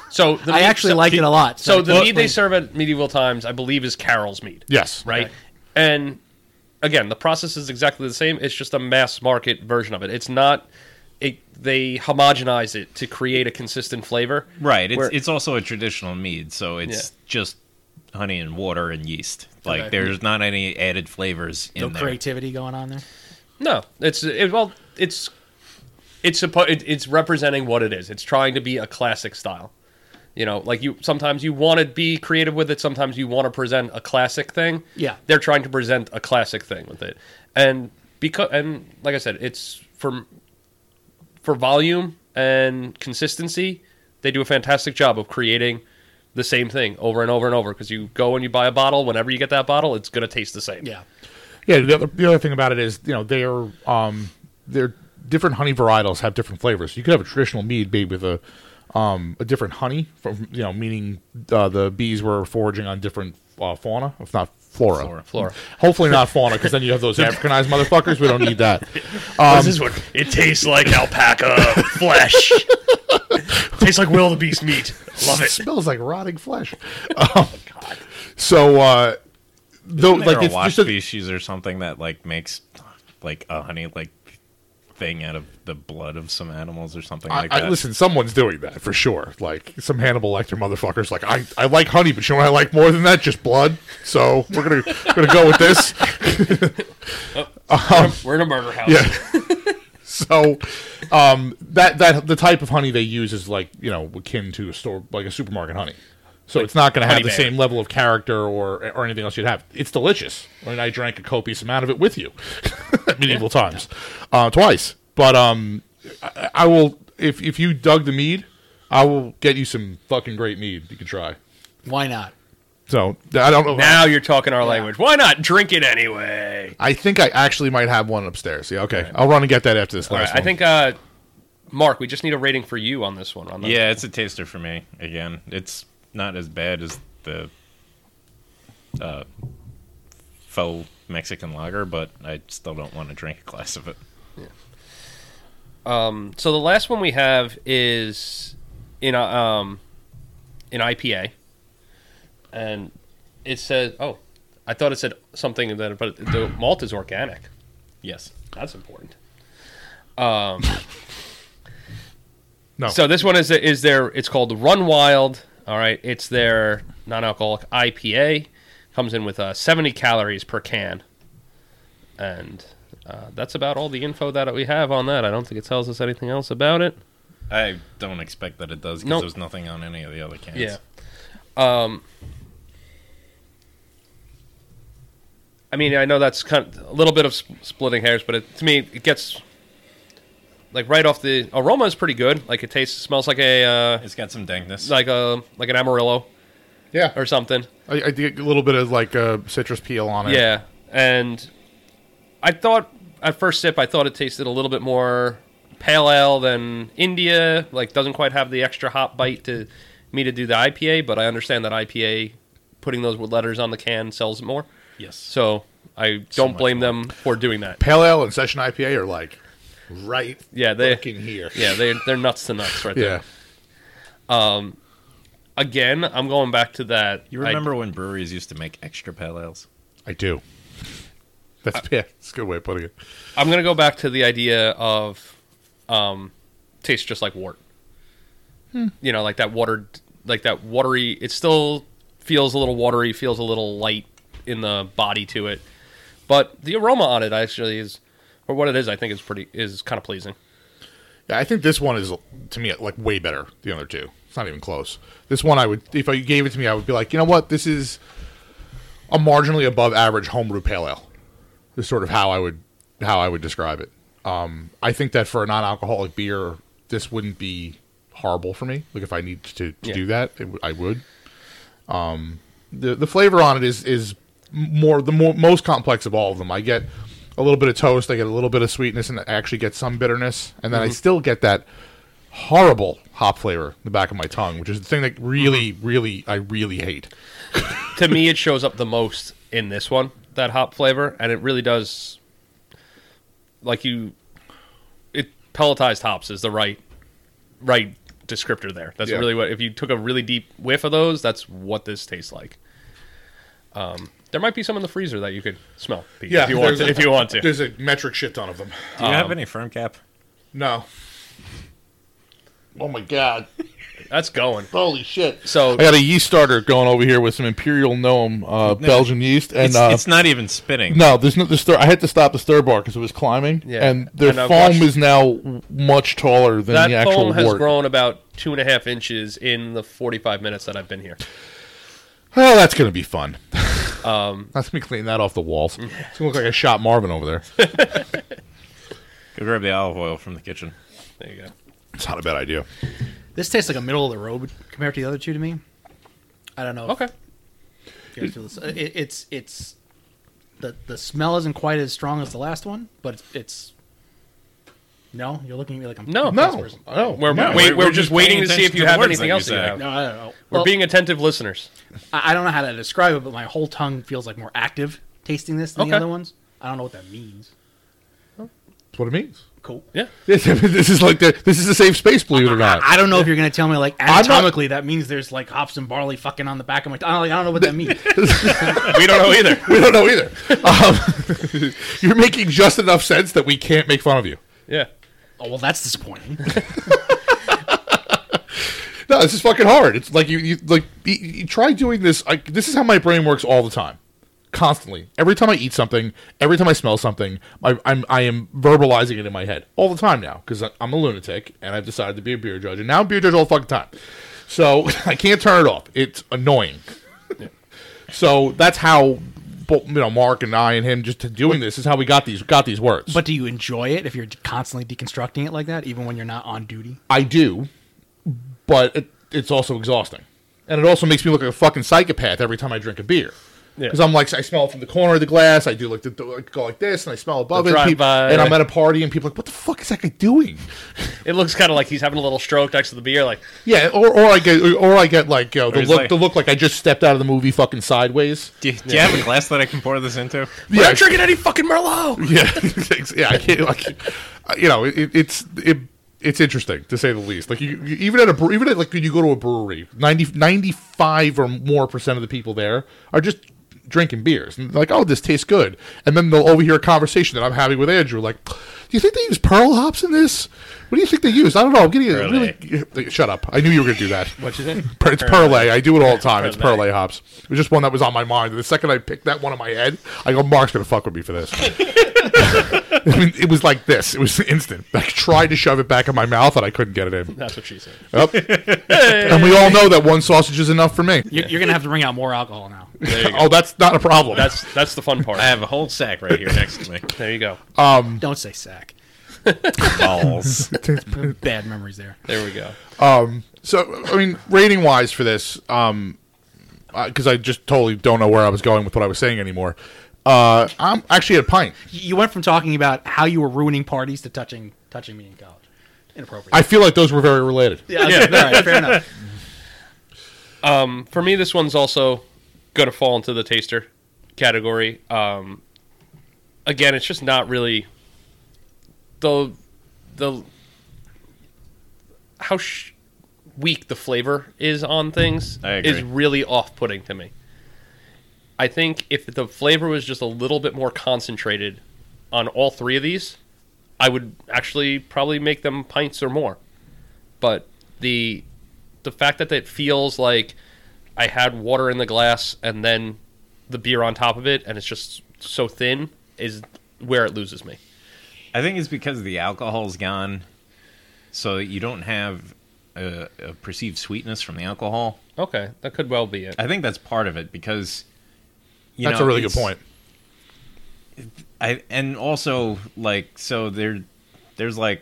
C: So the
F: I
C: mead-
F: actually
C: so-
F: like it a lot.
C: So the
F: Well,
C: mead they
F: like-
C: serve at medieval times, I believe, is Carol's mead.
E: yes
C: Right. And again, the process is exactly the same. It's just a mass market version of it. It's not. It, they homogenize it to create a consistent flavor.
D: Right. It's
C: Where-
D: it's also a traditional mead, so it's
C: Yeah.
D: just honey and water and yeast. Like
F: Okay.
D: there's not any added flavors in
F: no
D: there.
F: creativity going on there.
C: No, it's it, well, it's it's suppo- it, it's representing what it is. It's trying to be a classic style. You know, like you sometimes you want to be creative with it. Sometimes you want to present a classic thing.
F: Yeah.
C: they're trying to present a classic thing with it, and because and like I said, it's for for volume and consistency. They do a fantastic job of creating the same thing over and over and over. Because you go and you buy a bottle, whenever you get that bottle, it's gonna taste the same.
F: Yeah.
E: yeah the other, the other thing about it is you know they're um they're different honey varietals have different flavors you could have a traditional mead made with a um a different honey from you know meaning uh, the bees were foraging on different uh, fauna if not flora
D: Flora.
C: Flora.
E: Hopefully not fauna, because then you have those Africanized motherfuckers. We don't need that.
C: this is what it tastes like alpaca flesh. tastes like wildebeest meat. Love it.
E: smells like rotting flesh. Oh God. So, uh, though,
D: Isn't there
E: like
D: a
E: it's
D: wasp
E: just a,
D: species or something that like makes like a honey like thing out of the blood of some animals or something
E: I,
D: like
E: I,
D: that.
E: listen, someone's doing that for sure. Like some Hannibal Lecter motherfuckers. Like I, I like honey, but you know what I like more than that? Just blood. So we're gonna gonna go with this.
C: We're in a murder house.
E: Yeah. so um, that that the type of honey they use is like you know akin to a store like a supermarket honey. So it's not going to have
C: honey
E: the
C: bag.
E: same level of character or or anything else you'd have. It's delicious. I mean, I drank a copious amount of it with you at medieval times, uh, twice. But um, I, I will if if you dug the mead, I will get you some fucking great mead you can try.
F: Why not?
E: So I don't know. if I-
C: Now you're talking our language. Why not drink it anyway?
E: I think I actually might have one upstairs. Yeah, okay. I'll run and get that after this
C: All
E: last
C: right,
E: one.
C: I think uh, Mark, we just need a rating for you on this one. On the,
D: yeah, it's a taster for me. Again, it's not as bad as the uh, faux Mexican lager, but I still don't want to drink a glass of it.
C: um, So the last one we have is in a, um in IPA, and it says oh, I thought it said something that but the malt is organic.
D: Yes.
C: That's important.
E: no.
C: Um, So this one is is there? It's called Run Wild All right, it's their non-alcoholic IPA. Comes in with uh, 70 calories per can, and uh, that's about all the info that we have on that. I don't think it tells us anything else about it.
D: I don't expect that it does because
C: Nope.
D: there's nothing on any of the other cans.
C: Yeah. Um. I mean, I know that's kind of a little bit of sp- splitting hairs, but it, to me, it gets like right off the aroma is pretty good. Like it tastes, smells like a uh,
D: It's got some dankness.
C: like a like an amarillo
E: Yeah.
C: or something.
E: I, I did a little bit of like uh, citrus peel on it.
C: Yeah, and I thought at first sip, I thought it tasted a little bit more pale ale than India. Like doesn't quite have the extra hop bite to me to do the IPA, but I understand that IPA putting those letters on the can sells it more.
D: yes.
C: So I don't blame them for doing that.
E: Pale ale and session IPA are like right
C: Yeah, they
E: fucking here.
C: yeah they they're nuts to nuts right there.
E: Yeah.
C: Again, I'm going back to that.
D: You remember when breweries used to make extra pale ales?
E: I do. That's yeah, it's a good way of putting it.
C: I, am gonna go back to the idea of um, tastes just like wort. You know, like that watered, like that watery. It still feels a little watery, feels a little light in the body to it, but the aroma on it actually is, or what it is, I think is pretty is kind of pleasing.
E: Yeah, I think this one is to me like way better. than The other two, it's not even close. This one, I would if you gave it to me, I would be like, you know what, this is a marginally above average homebrew pale ale. This is sort of how I would how I would describe it. Um, I think that for a non-alcoholic beer, this wouldn't be horrible for me. Like if I need to, to
C: Yeah.
E: do that, it, w- I would. Um, the the flavor on it is is more the more, most complex of all of them. I get a little bit of toast, I get a little bit of sweetness, and I actually get some bitterness, and then I still get that horrible hop flavor in the back of my tongue, which is the thing that really, really, I really hate.
C: to me, it shows up the most in this one that hop flavor, and it really does. Like you, it pelletized hops is the right, right descriptor there. That's
E: Yeah.
C: really what if you took a really deep whiff of those, that's what this tastes like. Um, there might be some in the freezer that you could smell Pete, if you want
E: there's
C: to.
E: a-
C: If you want to,
E: there's a metric shit ton of them.
D: Do you have any firm cap?
E: No. Oh my god!
C: that's going.
E: Holy shit!
C: So
E: I got a yeast starter going over here with some imperial gnome uh, Belgian yeast, and
D: It's,
E: uh,
D: it's not even spinning.
E: no, there's no the stir. I had to stop the stir bar because it was climbing,
C: Yeah,
E: and the
C: and I've
E: foam
C: watched-
E: is now much taller than the
C: that
E: actual
C: foam has
E: wort.
C: grown about two and a half inches in the forty-five minutes that I've been here.
E: Well, that's gonna be fun. Um, that's gonna clean that off the walls. It's gonna look like I shot Marvin over there.
D: Go grab the olive oil from the kitchen.
C: There you go.
E: It's not a bad idea.
F: This tastes like a middle of the road compared to the other two to me. I don't know.
E: Oh.
F: if
C: Okay.
F: you guys feel this. Uh, It, it's it's the the smell isn't quite as strong as the last one, but it's, it's no. You're looking at me like I'm
C: No.
E: No, no,
C: We're,
E: no.
C: wait,
D: we're-
C: we're,
D: Oh, we're
C: just
D: just
C: waiting
D: paying
C: to see if
D: attention
C: you
D: to the
C: have
D: words
C: anything
D: that you
C: else that you
D: say.
C: have.
F: No, I don't know.
C: We're
F: Well,
C: being attentive listeners.
F: I I don't know how to describe it, but my whole tongue feels like more active tasting this than the
C: Okay.
F: other ones. I don't know what that means.
E: That's what it means.
F: Cool.
C: Yeah.
E: This, this is like the, this is a safe space, believe it or not.
F: I don't know if you're gonna tell me like
E: not-
F: anatomically that means there's like hops and barley fucking on the back of my. T- I, don't, I don't know what that means.
C: We don't know either.
E: we don't know either. Um, you're making just enough sense that we can't make fun of you.
C: Yeah.
F: oh well, that's disappointing.
E: No, this is fucking hard. It's like you, you like you, you try doing this. Like this is how my brain works all the time, constantly. Every time I eat something, every time I smell something, I, I'm I am verbalizing it in my head all the time now because I'm a lunatic and I've decided to be a beer judge and now I'm a beer judge all the fucking time. So I can't turn it off. It's annoying. so that's how bo- you know Mark and I and him just doing this is how we got these got these words.
F: But do you enjoy it if you're constantly deconstructing it like that, even when you're not on duty?
E: I do, but it, it's also exhausting, and it also makes me look like a fucking psychopath every time I drink a beer.
C: Yeah.
E: Because I'm like, I smell it from the corner of the glass. I do like the, the like, go like this, and I smell above
C: The
E: it.
C: drive
E: peop-
C: by.
E: and I'm at a party, and people are like, "What the fuck is that guy doing?"
C: It looks kind of like he's having a little stroke next to the beer. Like,
E: Yeah, or, or I get or I get like you know, the
D: he's
E: look
D: like-
E: the look like I just stepped out of the movie fucking sideways.
D: Do, do you have a glass that I can pour this into?
E: Yeah,
C: I'm drinking any fucking Merlot.
E: yeah, Ex- yeah. I can't like, I- you know, it, it's it, it's interesting to say the least. Like you, you even at a bre- even at like when you go to a brewery, 90, 95 or more percent of the people there are just drinking beers and like, oh, this tastes good, and then they'll overhear a conversation that I'm having with Andrew, like. you think they use pearl hops in this? What do you think they use? I don't know. I'm getting really. Shut up! I knew you were going to do that.
C: What'd you say?
E: Per- It's Perlay. I do it all the time. It's
C: Perlay.
E: Perlay hops. It was just one that was on my mind. And the second I picked that one on my head, I go, Mark's going to fuck with me for this. I mean, it was like this. It was instant. I tried to shove it back in my mouth and I couldn't get it in.
C: That's what she said.
E: Yep. and we all know that one sausage is enough for me.
F: You're, you're gonna have to bring out more alcohol now.
E: oh, that's not a problem.
C: That's that's the fun part.
D: I have a whole sack right here next to me.
C: There you go.
F: Don't say sack.
D: Balls.
F: Bad memories there.
C: There we go.
E: So, I mean, rating wise for this, um, because I just totally don't know where I was going with what I was saying anymore. Uh, I'm actually at a pint.
F: You went from talking about how you were ruining parties to touching touching me in college. Inappropriate.
E: I feel like those were very related.
F: yeah, yeah. All right, fair enough.
C: For me, this one's also gonna fall into the taster category. Um, again, it's just not really the the how sh- weak the flavor is on things
D: I agree.
C: is really off-putting to me. I think if the flavor was just a little bit more concentrated on all three of these, I would actually probably make them pints or more. But the the fact that it feels like I had water in the glass and then the beer on top of it and it's just so thin is where it loses me.
D: I think it's because the alcohol's gone, so that you don't have a, a perceived sweetness from the alcohol.
C: Okay, that could well be it.
D: I think that's part of it because you
E: That's
D: know,
E: a really good
D: it's-
E: point.
D: I and also like so there, there's like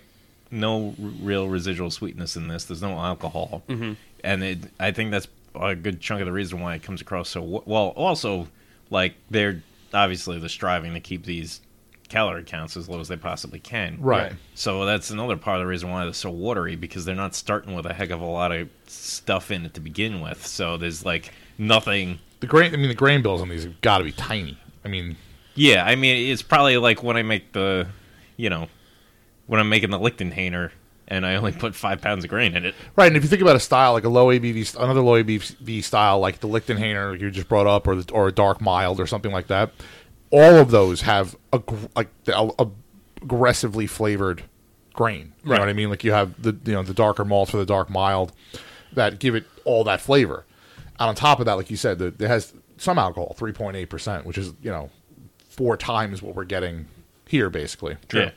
D: no r- real residual sweetness in this. There's no alcohol,
E: Mm-hmm.
D: and it, I think that's a good chunk of the reason why it comes across so w- well. Also, like they're obviously they're striving to keep these calorie counts as low as they possibly can.
E: Right.
D: So that's another part of the reason why they're so watery because they're not starting with a heck of a lot of stuff in it to begin with. So there's like nothing
E: The grain, I mean, the grain bills on these have got to be tiny. I mean,
D: Yeah, I mean, it's probably like when I make the, you know, when I'm making the Lichtenhainer and I only put five pounds of grain in it.
E: right. And if you think about a style like a low ABV, st- another low ABV style like the Lichtenhainer you just brought up, or the, or a dark mild or something like that, all of those have a gr- like the, a, a aggressively flavored grain. You know what I mean? Like you have the you know the darker malts for the dark mild that give it all that flavor. And on top of that, like you said, the, it has some alcohol, three point eight percent, which is you know four times what we're getting here, basically.
D: Yeah.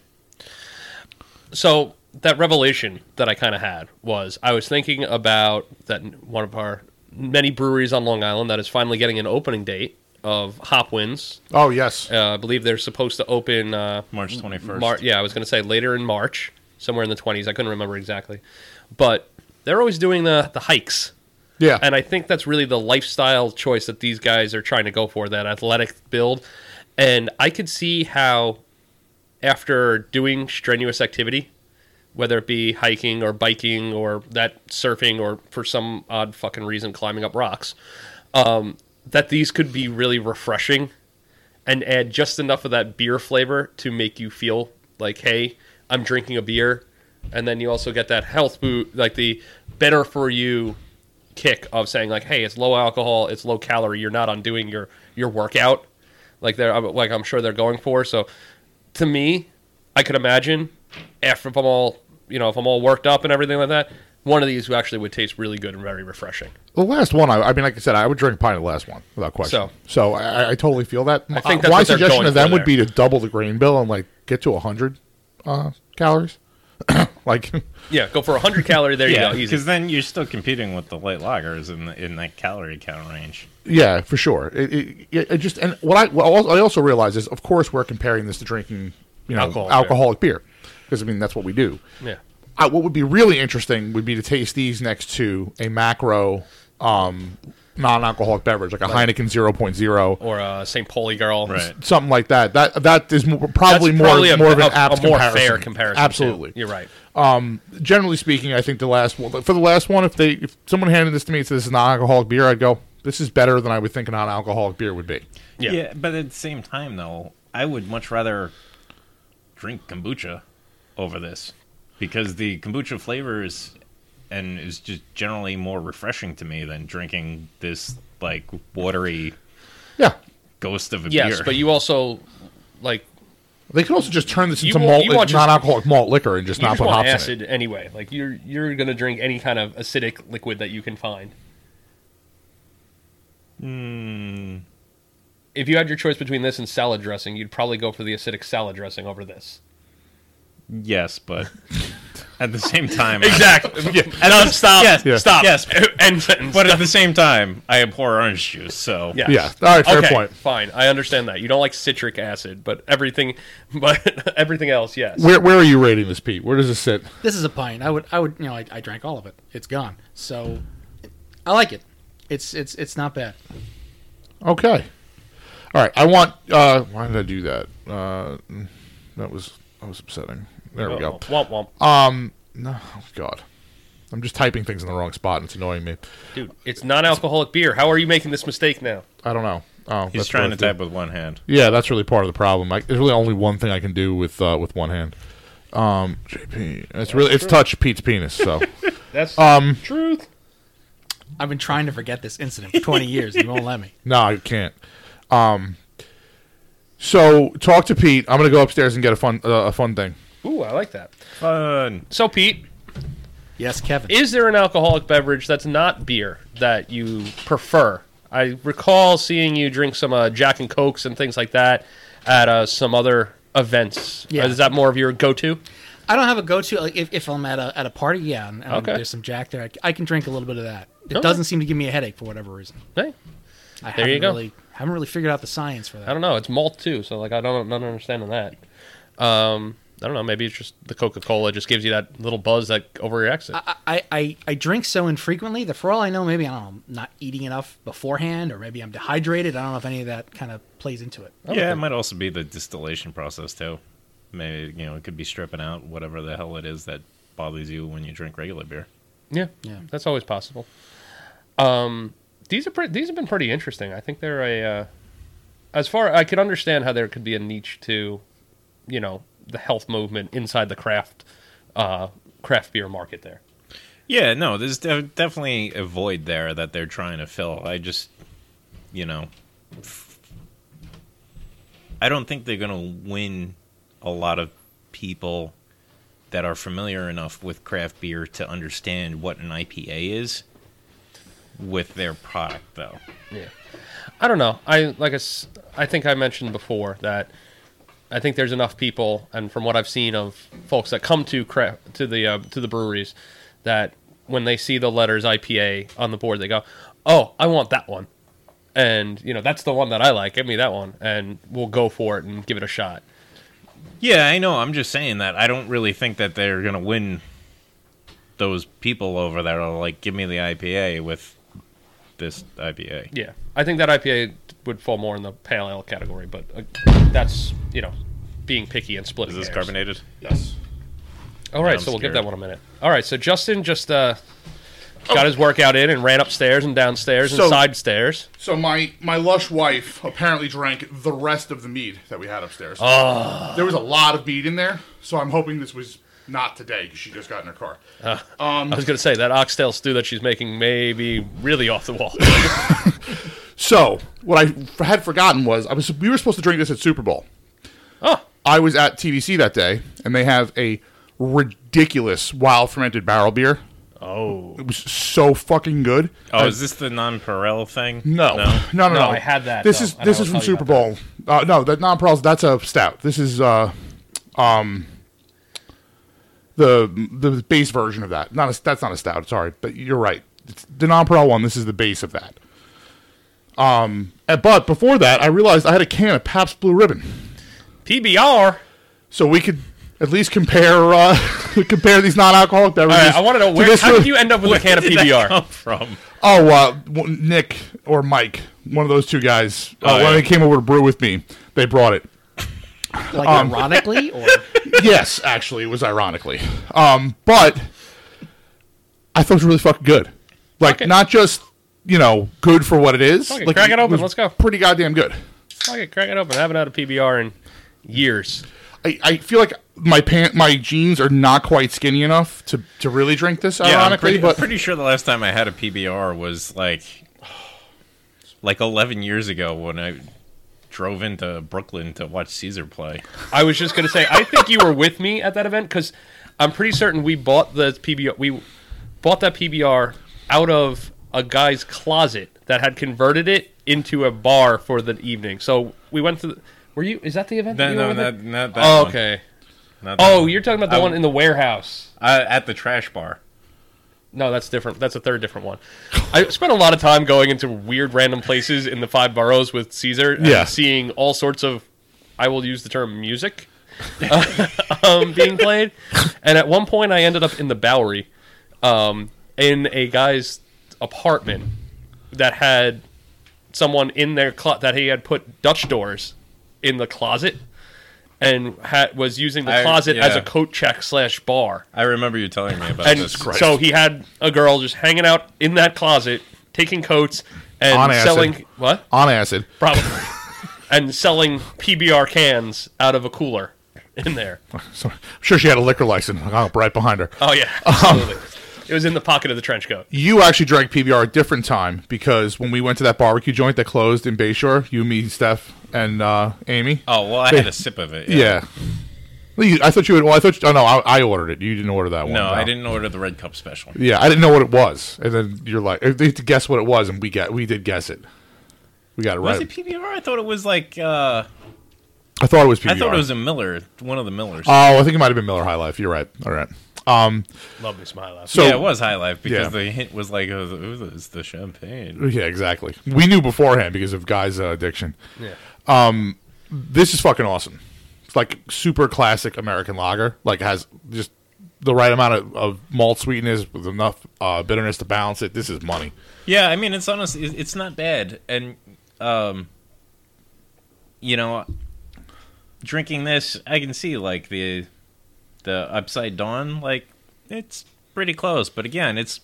C: so that revelation that I kind of had was I was thinking about that one of our many breweries on Long Island that is finally getting an opening date of Hopwins.
E: Oh yes.
C: Uh, I believe they're supposed to open uh,
D: March 21st.
C: Mar- yeah, I was going to say later in March, somewhere in the 20s. I couldn't remember exactly. But they're always doing the, the hikes.
E: Yeah.
C: And I think that's really the lifestyle choice that these guys are trying to go for that athletic build. And I could see how, after doing strenuous activity, whether it be hiking or biking or that surfing or for some odd fucking reason climbing up rocks, um, that these could be really refreshing and add just enough of that beer flavor to make you feel like, hey, I'm drinking a beer. And then you also get that health boot, like the better for you kick of saying like, hey, it's low alcohol, it's low calorie, you're not undoing your your workout, like they're like I'm sure they're going for. So, to me, I could imagine after if I'm all you know if I'm all worked up and everything like that, one of these actually would taste really good and very refreshing.
E: The last one, I, I mean, like I said, I would drink a pint of the last one without question.
C: So-
E: So, I, I- I totally feel that. I
C: think that's
E: my
C: what they're
E: suggestion
C: going
E: to them
C: for
E: would be to double the grain bill and like get to hundred uh, calories. like,
C: Yeah, go for 100 calorie. There
D: Yeah,
C: you go,
D: because
C: easy.
D: then you're still competing with the light lagers in the, in that calorie count range.
E: yeah, for sure. It, it, it- it just and what I what al- I also realize is, of course, we're comparing this to drinking, you know,
C: Alcohol,
E: alcoholic beer, because I mean that's what we do.
C: Yeah,
E: I, what would be really interesting would be to taste these next to a macro um, non-alcoholic beverage, like a Heineken 0.0
C: or a St. Pauli girl.
D: Right.
E: something like that. That that is more, probably
C: That's
E: more
C: probably a,
E: more of an
C: a-
E: apt
C: a more
E: comparison.
C: fair comparison. too.
E: Absolutely.
C: you're right.
E: Generally speaking, I think the last one for the last one, if they if someone handed this to me and said this is non-alcoholic beer, I'd go, this is better than I would think a non-alcoholic beer would be.
C: Yeah.
D: but at the same time, though, I would much rather drink kombucha over this because the kombucha flavor is and is just generally more refreshing to me than drinking this like watery
E: Yeah,
D: ghost of a
C: Yes,
D: beer.
C: but you also like
E: They could also just turn this
C: You
E: into
C: want-
E: malt,
C: you want just-
E: non-alcoholic malt liquor and just
C: You
E: not
C: just
E: put
C: want
E: hops
C: acid
E: in it.
C: anyway. Like you're you're gonna drink any kind of acidic liquid that you can find.
D: Mm,
C: If you had your choice between this and salad dressing, you'd probably go for the acidic salad dressing over this.
D: Yes, but at the same time,
C: Exactly.
E: Yeah. Uh,
D: And on stop. Yes,
E: yeah.
D: stop. Yes,
C: End sentence.
D: but at the same time, I abhor orange juice. So
C: Yeah.
E: Yeah. All right. Fair
D: Okay.
E: point.
C: Fine, I understand that you don't like citric acid, but everything, but everything else, yes.
E: Where Where are you rating this, Pete? Where does this sit?
F: This is a pint. I would, I would, you know, I, I drank all of it. It's gone. So, I like it. It's, it's, it's not bad.
E: Okay. All right. I want. Uh, why did I do that? Uh, that was that was upsetting. There we go.
C: Womp womp.
E: Um. No. oh, God. I'm just typing things in the wrong spot, and it's annoying me.
C: Dude, it's non-alcoholic beer. How are you making this mistake now?
E: I don't know. Oh,
D: he's
E: that's
D: trying
E: really
D: to
E: cool.
D: type with one hand.
E: Yeah, that's really part of the problem. Like, there's really only one thing I can do with uh, with one hand. Um, JP, it's really it's touch Pete's penis. So
C: That's um, truth.
F: I've been trying to forget this incident for 20 years. and You won't let me.
E: no, I can't. Um, so talk to Pete. I'm gonna go upstairs and get a fun uh, a fun thing.
C: Ooh, I like that.
D: Fun.
C: So, Pete,
F: Yes, Kevin.
C: is there an alcoholic beverage that's not beer that you prefer? I recall seeing you drink some uh, Jack and Cokes and things like that at uh, some other events.
F: Yeah.
C: Is that more of your go-to?
F: I don't have a go-to. Like if, if I'm at a at a party, yeah, and, and
C: Okay.
F: there's some Jack there, I, c- I can drink a little bit of that. It
C: Okay.
F: doesn't seem to give me a headache for whatever reason.
C: Hey, There
F: I haven't
C: you go.
F: Really, haven't really figured out the science for
C: I
F: that.
C: don't know. It's malt too, so like I don't not understanding that. Um, I don't know. Maybe it's just the Coca Cola just gives you that little buzz that overreacts it.
F: I, I, I, I drink so infrequently that for all I know, maybe I don't know, I'm not eating enough beforehand, or maybe I'm dehydrated. I don't know if any of that kind of plays into it.
D: Yeah, it might also be the distillation process too. Maybe you know it could be stripping out whatever the hell it is that bothers you when you drink regular beer.
C: Yeah,
F: Yeah.
C: that's always possible. Um, these are pretty. These have been pretty interesting. I think they're a. Uh, as far I could understand how there could be a niche to, you know, the health movement inside the craft, uh, craft beer market. There,
D: Yeah, no, there's de- definitely a void there that they're trying to fill. I just, you know, f- I don't think they're going to win a lot of people that are familiar enough with craft beer to understand what an IPA is with their product, though.
C: I don't know. I like I, s- I think I mentioned before that I think there's enough people, and from what I've seen of folks that come to craft to the uh, to the breweries, that when they see the letters IPA on the board, they go, "Oh, I want that one," and you know that's the one that I like. Give me that one, and we'll go for it and give it a shot.
D: Yeah, I know. I'm just saying that I don't really think that they're going to win those people over that are like, give me the IPA with this IPA.
C: Yeah, I think that IPA would fall more in the pale ale category, but uh, that's you know being picky and
D: Is
C: splitting.
D: this
C: hairs.
D: carbonated?
C: All right,
D: I'm
C: so we'll give
D: scared. Oh.
C: that one a minute. All right, so Justin just uh, got his workout in and ran upstairs and downstairs and
G: So-
C: side stairs.
G: So my my lush wife apparently drank the rest of the mead that we had upstairs.
E: Ah.
G: There was a lot of mead in there, so I'm hoping this was not today because she just got in her car.
D: Um,
C: I was going to say that oxtail stew that she's making may be really off the wall.
E: So what I f- had forgotten was I was we were supposed to drink this at Super Bowl.
C: oh,
E: I was at TVC that day, and they have a ridiculous wild fermented barrel beer. Oh, it was so fucking good.
D: Oh, is this the non-Perel thing?
E: No. No. no, no,
C: No, I had that,
E: This
C: though,
E: is
C: and I
E: this
C: will
E: is from
C: tell you
E: Super
C: about
E: Bowl. Uh, no, that non Perel's that's a stout. This is uh, um, the the base version of that. Not a, that's not a stout. Sorry, but you're right. It's the non Perel one. This is the base of that. Um, and- but before that, I realized I had a can of Pabst Blue Ribbon,
C: PBR. All
E: so we could at least compare uh, compare these non alcoholic beverages.
C: right, I want to know
E: to
C: where.
E: this
C: How
E: really-
C: did you end up with a can of
D: Where did that
C: PBR?
D: come from?
E: Oh, uh, w- Nick or Mike, one of those two guys. Uh,
D: Oh,
E: when
D: yeah.
E: they came over to brew with me, they brought it.
F: Like
C: Um.
F: ironically, or
E: yes, actually, it was ironically. Um, but I thought it was really fucking good. Like,
C: Okay.
E: not just you know good for what it is.
C: Okay,
E: like,
C: crack it open,
E: was
C: let's go.
E: Pretty goddamn good.
C: Okay, crack it open. I haven't had a PBR in years.
E: I, I feel like my pant my jeans are not quite skinny enough to, to really drink this.
D: Yeah, I'm
E: Ironically,
D: pretty,
E: but
D: I'm pretty sure the last time I had a PBR was like, like 11 years ago when I drove into Brooklyn to watch Caesar play.
C: I was just gonna say, I think you were with me at that event because I'm pretty certain we bought the PBR. We bought that PBR out of a guy's closet that had converted it into a bar for the evening. So we went to. The, were you? Is that the event?
D: No,
C: you were
D: no,
C: with
D: not,
C: it?
D: not that
C: Oh,
D: one.
C: okay.
D: Not that
C: Oh,
D: one.
C: you're talking about the
D: I-
C: one in the warehouse.
D: I- at the trash bar.
C: No, that's different. That's a third different one. I spent a lot of time going into weird random places in the five boroughs with Caesar and
E: Yeah.
C: seeing all sorts of I will use the term music um, being played. And at one point I ended up in the Bowery um, in a guy's apartment that had someone in their clo- that he had put Dutch doors in the closet and ha- was using the
D: I-
C: closet as
D: yeah.
C: a coat check slash bar
D: I remember you telling me about
C: and
D: this.
C: so he had a girl just hanging out in that closet, taking coats and
E: On acid.
C: selling what?
E: on acid.
C: Probably. and selling PBR cans out of a cooler in there.
E: So, I'm sure she had a liquor license hung up right behind her.
C: Oh yeah, absolutely. it was in the pocket of the trench coat.
E: You actually drank PBR a different time because when we went to that barbecue joint that closed in Bayshore, you, me, Steph, and uh, Amy.
D: Oh well, I had a sip of it.
E: Yeah. Well, you- I thought you would. Well, I thought. You, oh no, I, I ordered it. You didn't order that one.
D: No, I didn't order the red cup special.
E: Yeah, I didn't know what it was, and then you're like, they had to guess what it was, and we got we did guess it. We got it
D: Was
E: right.
D: it PBR? I thought it was like uh,
E: I thought it was PBR.
D: I thought it was a Miller, one of the Millers.
E: Oh, I think it might have been Miller High Life. You're right. All right. Um.
C: Love me smile out.
E: So
D: yeah, it was High Life because
E: Yeah.
D: the hint was like, oh, ooh, it's the champagne.
E: Yeah, exactly. We knew beforehand because of Guy's uh, addiction.
C: Yeah.
E: This is fucking awesome. It's like super classic American lager. Like has just the right amount of, of malt sweetness with enough uh, bitterness to balance it. This is money.
D: Yeah, I mean, it's honestly, it- it's not bad, and um, you know, drinking this, I can see like the the Upside Down, like it's pretty close, but again, it's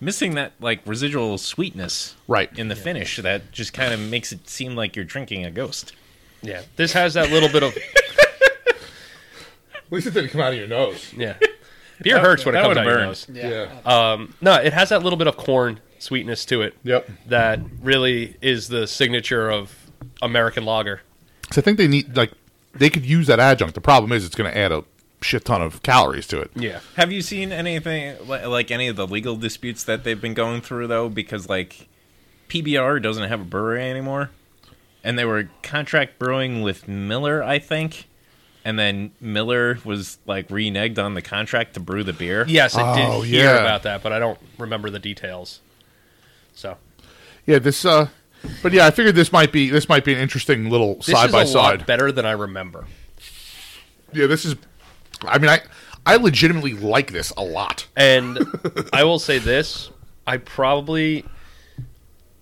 D: missing that like residual sweetness
E: Right.
D: in the finish that just kind of makes it seem like you're drinking a ghost.
C: Yeah, this has that little bit of
E: At least it didn't come out of your nose.
C: yeah. Beer hurts when it
D: that
C: comes
D: would've
C: out your
D: burned.
C: nose.
E: Yeah.
C: Uh,
E: Uh,
C: No, it has that little bit of corn sweetness to it.
E: Yep.
C: That really is the signature of American lager.
E: So I think they need like they could use that adjunct. The problem is it's going to add a shit ton of calories to it.
C: Yeah.
D: Have you seen anything li- like any of the legal disputes that they've been going through though? Because like PBR doesn't have a brewery anymore, and they were contract brewing with Miller, I think, and then Miller was like reneged on the contract to brew the beer.
C: Yes, I
E: Oh,
C: did hear
E: yeah.
C: about that, but I don't remember the details. So
E: Yeah. This. uh But yeah, I figured this might be this might be an interesting little
C: this
E: side
C: is
E: by
C: a
E: side.
C: lot better than I remember.
E: Yeah, this is. I mean, I I legitimately like this a lot.
C: And I will say this: I probably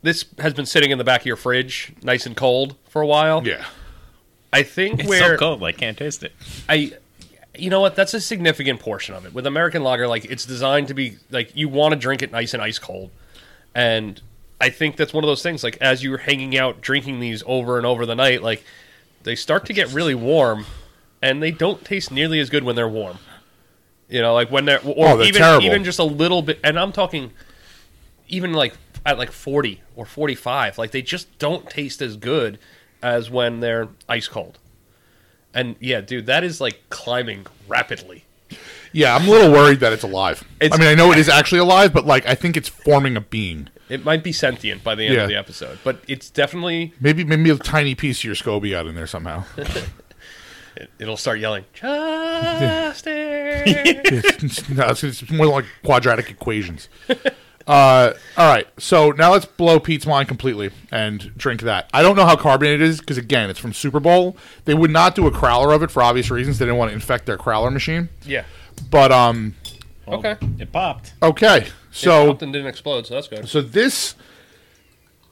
C: this has been sitting in the back of your fridge, nice and cold for a while.
E: Yeah,
C: I think
D: it's
C: where
D: so cold, I can't taste it.
C: I, you know what, that's a significant portion of it. With American lager, like it's designed to be like you want to drink it nice and ice cold, and I think that's one of those things. Like as you're hanging out drinking these over and over the night, like they start to get really warm, and they don't taste nearly as good when they're warm. You know, like when they're or
E: Oh, they're
C: even
E: terrible.
C: even just a little bit. And I'm talking even like at like 40 or 45 like they just don't taste as good as when they're ice cold and yeah dude that is like climbing rapidly
E: yeah. I'm a little worried that it's alive. I
C: It's-
E: mean, I know it is actually alive, but like, I think it's forming a being.
C: it might be sentient by the end
E: Yeah.
C: of the episode but it's definitely
E: Maybe, maybe a tiny piece of your scoby out in there somehow.
C: it, it'll start yelling Justin.
E: it's, no, it's, it's more like quadratic equations. Uh, all right, so now let's blow Pete's mind completely and drink that. I don't know how carbonated it is because again, it's from Super Bowl. They would not do a crowler of it for obvious reasons. They didn't want to infect their crowler machine.
C: yeah
E: But um,
C: okay
D: It popped.
E: okay, so
C: something didn't explode so that's good
E: So this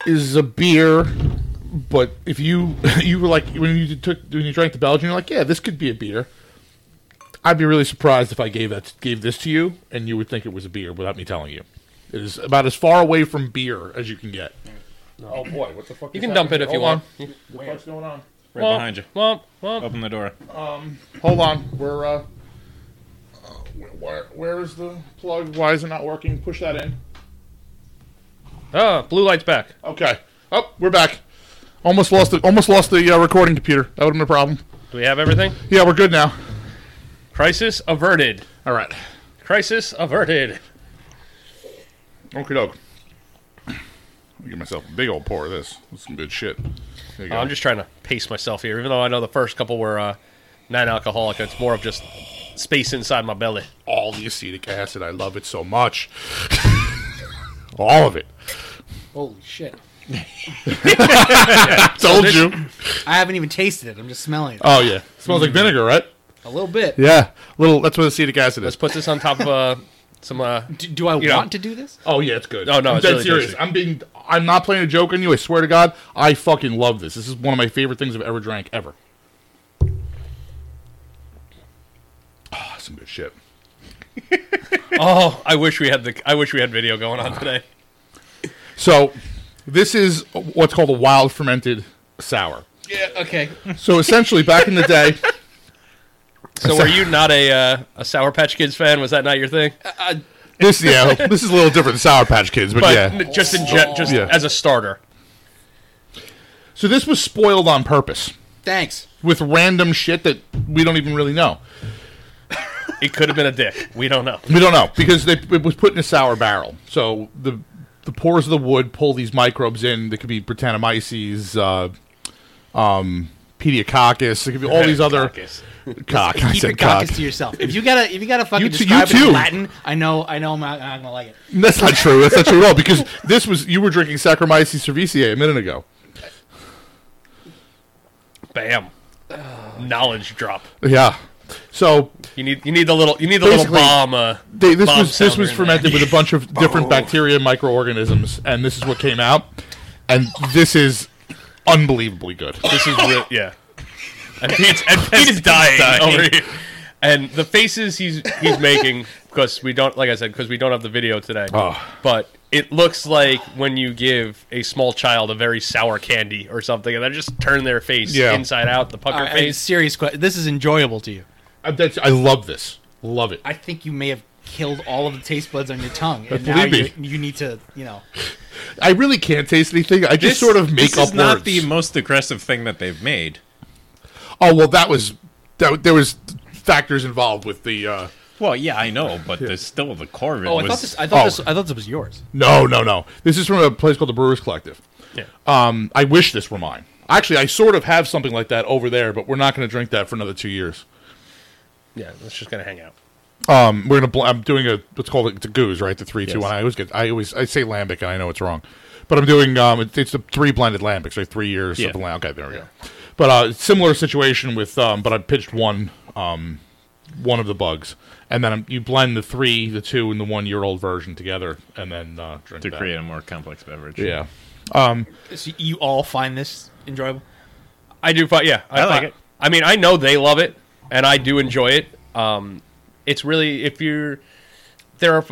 E: is a beer, but if you you were like when you took when you drank the Belgian, you're like, yeah, this could be a beer. I'd be really surprised if I gave that gave this to you and you would think it was a beer without me telling you. It is about as far away from beer as you can get.
A: Oh boy, what the fuck?
C: you can dump it if you want
E: What's going on?
D: Right behind you.
C: Womp, womp, womp.
D: Open the door.
E: Hold on, we're uh, uh, where- where where is the plug? Why is it not working? Push that in.
C: ah blue lights back
E: Okay. Oh, we're back. Almost lost the almost lost the uh, recording computer. That would have been a problem.
C: Do we have everything?
E: Yeah, we're good now.
C: Crisis averted.
E: All right.
C: Crisis averted.
E: Okay, doke. Give myself a big old pour of this. That's some good shit. There you go.
C: Oh, I'm just trying to pace myself here, even though I know the first couple were uh, non-alcoholic. It's more of just space inside my belly.
E: all the acetic acid. I love it so much. all of it.
F: Holy shit!
E: Told you.
F: I haven't even tasted it. I'm just smelling
C: Uh.
F: it
E: Oh yeah. smells like vinegar, right?
F: a little bit.
E: Yeah. Little. That's what acetic acid
C: Let's
E: is.
C: put this on top of uh, some. Uh,
F: Do, do I
E: Yeah.
F: want to do this?
E: Oh yeah, it's good.
C: Oh, no,
E: I'm
C: it's
E: dead
C: really
E: serious.
C: tasty.
E: I'm being. I'm not playing a joke on you. I swear to God, I fucking love this. This is one of my favorite things I've ever drank ever. Ah, some good shit.
C: oh, I wish we had the. I wish we had video going on today.
E: So, this is what's called a wild fermented sour.
F: Yeah. Okay.
E: So essentially, back in the day,
C: So were you not a uh, a Sour Patch Kids fan? Was that not your thing?
E: Uh, this yeah, this is a little different than Sour Patch Kids, but,
C: But
E: yeah.
C: n- just in gen- just
E: Yeah.
C: as a starter.
E: So this was spoiled on purpose
F: Thanks.
E: with random shit that we don't even really know.
C: It could have been a dick. We don't know.
E: We don't know because they, it was put in a sour barrel. So the the pores of the wood pull these microbes in. They could be Britannomyces, uh, um, Pediococcus. It could be all these other
C: Caucus.
E: cock. I
F: Keep your
E: said cock.
F: caucus to yourself. If you gotta, if you gotta fucking
E: You t- you
F: describe it
E: too.
F: in Latin, I know, I know, I'm not, I'm not gonna like it.
E: That's not true. That's not true at all. Because this was you were drinking Saccharomyces cerevisiae a minute ago.
C: Bam. Knowledge drop.
E: Yeah. So
C: You need you need the little you need the little
E: Basically,
C: bomb. Uh,
E: they, this
C: bomb
E: was this
C: sounder
E: was
C: in
E: fermented with a bunch of different
D: Oh.
E: bacteria and microorganisms, and this is what came out. And this is unbelievably good.
C: there. This is real, yeah. And Pete's, and Pete's dying, over here. And the faces he's he's making because we don't like I said because we don't have the video today.
E: Oh.
C: But it looks like when you give a small child a very sour candy or something, and they just turn their face
E: Yeah.
C: inside out, the pucker
F: All right,
C: face.
F: serious question. This is enjoyable to you.
E: I, that's, I love this. Love it.
F: I think you may have killed all of the taste buds on your tongue, and now
E: Believe
F: you,
E: me.
F: you need to, you know.
E: I really can't taste anything. I just sort of make
D: this
E: up
D: is not
E: words.
D: the most aggressive thing that they've made.
E: oh well, that was that. There was factors involved with the. Uh,
D: Well, yeah, I know, but there's still the core of it
F: Oh,
D: was
F: I thought this. I thought
E: oh.
F: this. I thought this was yours.
E: no, no, no. This is from a place called the Brewers Collective.
C: Yeah.
E: Um, I wish this were mine. Actually, I sort of have something like that over there, but we're not going to drink that for another two years.
C: yeah, it's just gonna hang out.
E: Um, we're gonna. Bl- I'm doing a what's called a, the goose, right? The three, two, one. I always get. I always. I say lambic, and I know it's wrong, but I'm doing. Um, it, it's the three blended lambics, right? Three years
D: Yeah.
E: of the lamb. Okay, there we go. But uh, similar situation with. Um, but I pitched one. Um, one of the bugs, and then um, you blend the three, the two, and the one year old version together, and then uh, drink
D: to
E: that.
D: create a more complex beverage.
E: Yeah.
F: So you all find this enjoyable?
C: I do. fi- Yeah, I,
D: I like
C: fi-
D: it.
C: I mean, I know they love it, and I do enjoy it. Um, it's really if you're there. Are, f-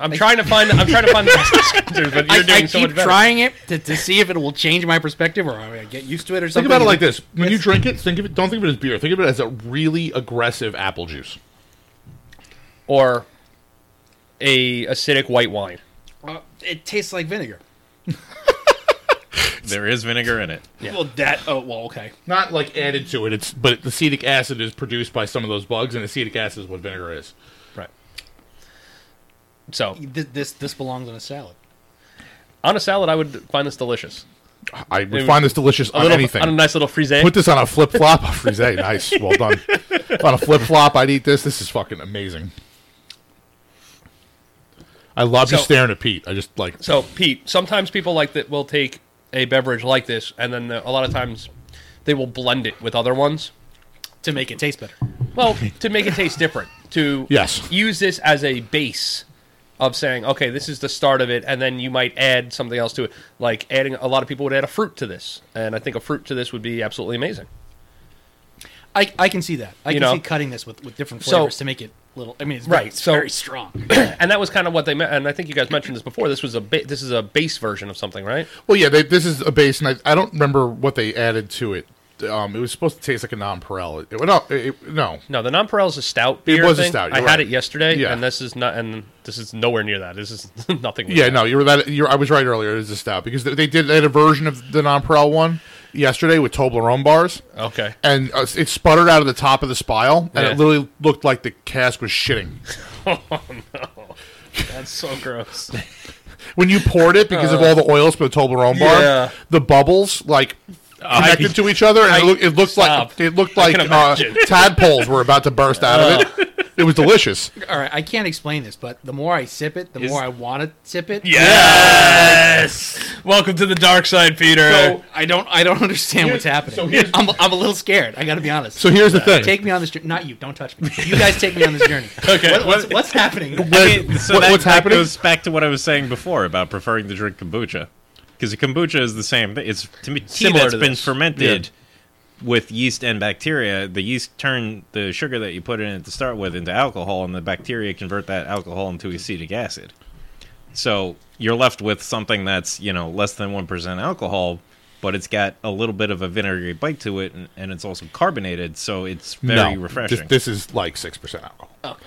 C: I'm trying to find. I'm trying to find the best descriptors, but you're
F: I,
C: doing
F: Oh, I
C: so
F: keep
C: much better.
F: trying it to, to see if it will change my perspective, or I get used to it, or
E: Think
F: something.
E: about it like this: when you drink it, think of it. Don't think of it as beer. Think of it as a really aggressive apple juice.
C: Or a acidic white wine.
F: Uh, it tastes like vinegar.
D: There is vinegar in it.
F: Well, that. Oh, well, okay.
E: not like added to it. It's but the acetic acid is produced by some of those bugs, and acetic acid is what vinegar is.
C: Right. So
F: This this, this belongs on a salad.
C: on a salad, I would find this delicious.
E: I would
C: Maybe-
E: find this delicious
C: A
E: on
C: little,
E: anything.
C: on a nice little frisee.
E: Put this on a flip flop, frise. Nice, well done. on a flip flop, I'd eat this. This is fucking amazing. I love
C: So-
E: just staring at Pete. I just like
C: So, Pete, sometimes people like that will take a beverage like this, and then the, a lot of times they will blend it with other ones.
F: To make it taste better.
C: Well, to make it taste different, to
E: Yes.
C: use this as a base of saying, okay, this is the start of it, and then you might add something else to it. Like adding, a lot of people would add a fruit to this, and I think a fruit to this would be absolutely amazing.
F: I, I can see that. I
C: You
F: can
C: know?
F: see cutting this with, with different
C: So-
F: flavors to make it little. I mean, it's
C: Right,
F: Very, it's
C: so-
F: very strong.
C: And that was kind of what they meant. And I think you guys mentioned this before. This was a ba- this is a base version of something, right?
E: Well, yeah, they, this is a base, and I, I don't remember what they added to it Um, it was supposed to taste like a nonpareil. It went up. It, it- no,
C: No, the nonpareil is a stout
E: It
C: beer.
E: was a
C: thing.
E: stout,
C: I
E: you're
C: had
E: right.
C: it yesterday,
E: Yeah.
C: and this is not, and this is nowhere near that. This is nothing. like
E: yeah,
C: that.
E: no. You were that. You're, I was right earlier. It is a stout because they, they did they had a version of the nonpareil one yesterday with Toblerone bars.
C: Okay.
E: and uh, it sputtered out of the top of the spile, and
C: Yeah.
E: it literally looked like the cask was shitting
C: That's so gross.
E: when you poured it because of all the oils from the Toblerone bar.
C: Uh. Yeah. Uh,
E: The bubbles like connected to each other, and it,
C: I-
E: look, it looked
C: stop.
E: like it looked
C: I
E: like
C: can
E: uh,
C: imagine. Uh.
E: tadpoles were about to burst out of it. It was delicious.
F: All right, I can't explain this, but the more I sip it, the
D: Is-
F: more I want to sip it.
C: yes. Welcome to the dark side, Peter.
F: So I don't, I don't understand what's happening.
G: so here's-
F: I'm, I'm a little scared. I got to be honest.
E: So here's the thing.
F: take me on this journey. Not you. Don't touch me. You guys take me on this journey.
D: Okay,
F: What- what's, what's happening?
D: I mean, so
E: What-
D: that,
E: what's
D: that
E: happening?
D: goes back to what I was saying before about preferring to drink kombucha, because kombucha is the same. thing. It's to me tea
C: Similar
D: that's
C: to
D: been
C: this.
D: fermented with yeast and bacteria. The yeast turn the sugar that you put in it to start with into alcohol, and the bacteria convert that alcohol into acetic acid. So you're left with something that's you know less than one percent alcohol. But it's got a little bit of a vinegary bite to it, and, and it's also carbonated, so it's very
E: no,
D: refreshing.
E: This, this is like six percent alcohol.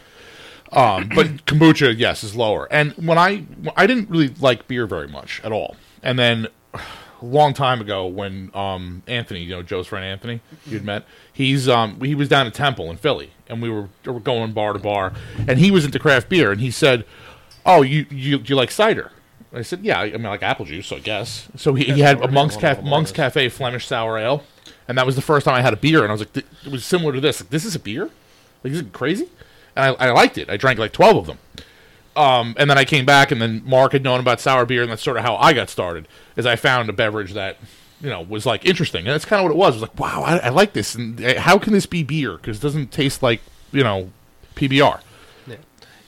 E: Um, but kombucha, yes, is lower. And when I when- I didn't really like beer very much at all. And then a long time ago, when um, Anthony, you know Joe's friend Anthony, you'd met, he's um, he was down at Temple in Philly, and we were, we were going bar to bar, and he was into craft beer, and he said, "Oh, you you do you like cider?" I said, "Yeah, I I mean I like apple juice, I guess." So he, he had a Monk's Cafe, Monk's Cafe Flemish sour ale, and that was the first time I had a beer, and I was like, th- it was similar to this. Like, this is a beer? Like, this is crazy? And I, I liked it. I drank like twelve of them. Um, and then I came back, and then Mark had known about sour beer, and that's sort of how I got started. Is I found a beverage that you know was like interesting, and that's kind of what it was. It was like, wow, I, I like this, and uh, how can this be beer? Because it doesn't taste like you know PBR.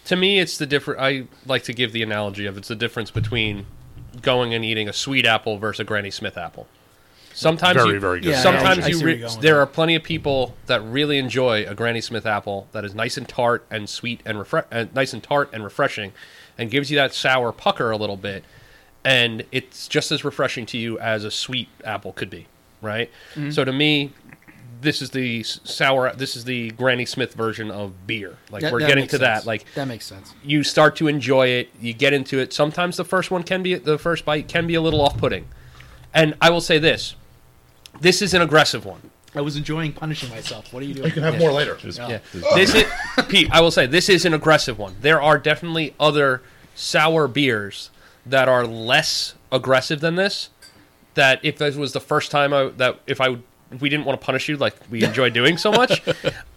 C: to me it's the different i like to give the analogy of it's the difference between going and eating a sweet apple versus a granny smith apple sometimes
E: Very,
C: you,
E: very good Yeah,
F: analogy.
C: sometimes
F: I
C: you
F: see where
C: re-
F: you're going with
C: there
F: that.
C: are plenty of people that really enjoy a granny smith apple that is nice and tart and sweet and refre- uh, nice and tart and refreshing and gives you that sour pucker a little bit and it's just as refreshing to you as a sweet apple could be right
F: Mm-hmm.
C: so to me this is the s- sour this is the granny smith version of beer like
F: That-
C: we're
F: that
C: getting
F: makes
C: to that
F: sense.
C: like
F: that makes sense.
C: you start to enjoy it. You get into it. Sometimes the first one can be the first bite can be a little off-putting. And I will say this: this is an aggressive one.
F: I was enjoying punishing myself. What are you doing?
E: You can have more later.
C: Yeah. This is Pete. I will say this is an aggressive one. There are definitely other sour beers that are less aggressive than this. That if this was the first time I, that if I if we didn't want to punish you like we enjoy doing so much,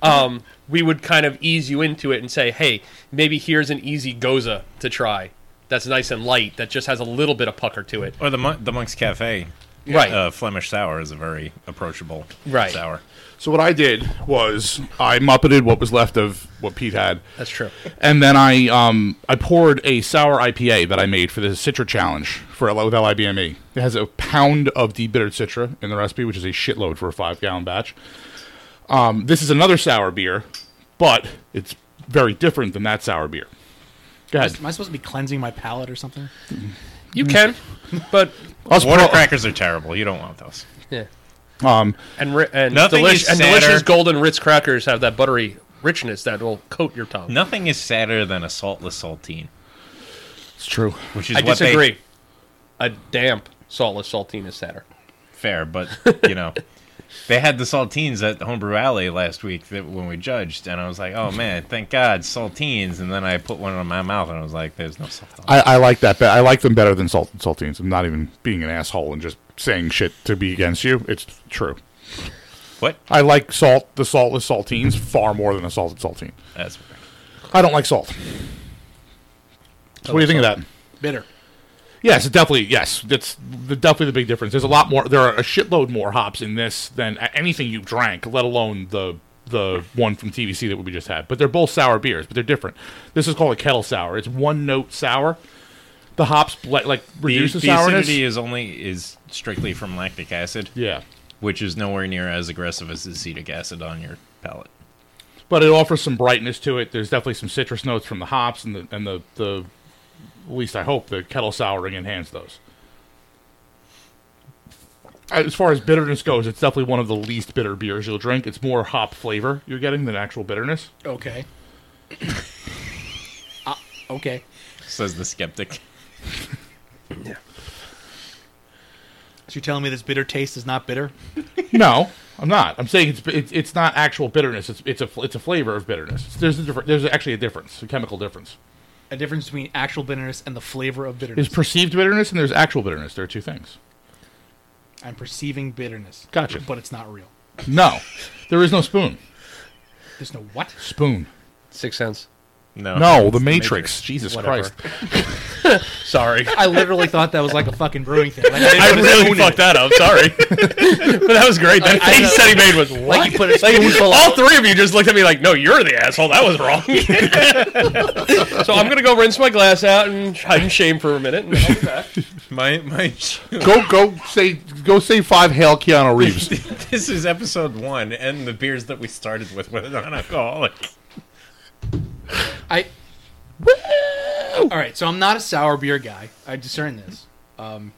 C: um, we would kind of ease you into it and say, hey, maybe here's an easy goza to try. That's nice and light. That just has a little bit of pucker to it.
D: Or the mon- the Monk's Cafe,
C: Right.
D: Uh, Flemish sour is a very approachable
C: Right.
D: sour.
E: So what I did was I muppeted what was left of what Pete had.
C: That's true.
E: And then I um I poured a sour IPA that I made for the Citra Challenge for L- with LIBME. E. It has a pound of debittered Citra in the recipe, which is a shitload for a five gallon batch. Um, this is another sour beer, but it's very different than that sour beer. Go ahead.
F: Am I supposed to be cleansing my palate or something?
C: You can, but
E: Us
D: Water
E: pro-
D: crackers are terrible. You don't want those.
C: yeah.
E: um,
C: and ri- and,
D: Nothing
C: delish-
D: is
C: and
D: sadder.
C: delicious golden Ritz crackers have that buttery richness that will coat your tongue.
D: Nothing is sadder than a saltless saltine,
E: it's true.
D: which is
C: I
D: what
C: disagree.
D: they
C: A damp saltless saltine is sadder.
D: fair, but you know. They had the saltines at Homebrew Alley last week that when we judged, and I was like, "Oh man, thank God, saltines!" And then I put one in my mouth, and I was like, "There's no salt." on it."
E: I, I like that. Be- I like them better than salt saltines. I'm not even being an asshole and just saying shit to be against you. It's true.
D: What?
E: I like salt, the saltless saltines, far more than a salted saltine.
D: That's weird.
E: I don't like salt. So what do you think of that?
F: Bitter.
E: Yes, it definitely. Yes, that's the, definitely the big difference. There's a lot more. There are a shitload more hops in this than a- anything you drank, let alone the the one from TVC that we just had. But they're both sour beers, but they're different. This is called a kettle sour. It's one note sour. The hops like, like
D: The,
E: reduce the,
D: the
E: sourness.
D: acidity is only is strictly from lactic acid,
E: yeah,
D: which is nowhere near as aggressive as acetic acid on your palate.
E: but it offers some brightness to it. There's definitely some citrus notes from the hops and the and the, the at least I hope the kettle souring enhance those. as far as bitterness goes, it's definitely one of the least bitter beers you'll drink. It's more hop flavor you're getting than actual bitterness.
F: Okay. uh, okay.
D: Says the skeptic.
F: So you're telling me this bitter taste is not bitter?
E: No, I'm not. I'm saying it's it's, it's not actual bitterness. It's it's a fl- it's a flavor of bitterness. It's- there's a different, there's actually a difference, a chemical difference.
F: A difference between actual bitterness and the flavor of bitterness.
E: There's perceived bitterness and there's actual bitterness. There are two things.
F: I'm perceiving bitterness.
E: Gotcha.
F: But it's not real.
E: No, there is no spoon.
F: There's no what?
E: Spoon.
C: Six cents.
D: No.
E: No,
D: Uh-huh. it's
E: the Matrix. Jesus
C: Whatever.
E: Christ.
C: Sorry.
F: I literally thought that was like a fucking brewing thing. Like, I didn't
C: I
F: put a spoon
C: really
F: in
C: fucked
F: it.
C: that up. Sorry, but that was great. That
F: I- I
C: face
F: know.
C: that he made was what?
F: Like you put a
C: Like, all three of you just looked at me like, "No, you're the asshole. That was wrong." so I'm gonna go rinse my glass out and hide in shame for a minute. And I'll be back.
D: My my.
E: Go go say go say five hail Keanu Reeves.
D: this is episode one, and the beers that we started with were non-alcoholic.
F: I. All right, so I'm not a sour beer guy. I discern this. Um,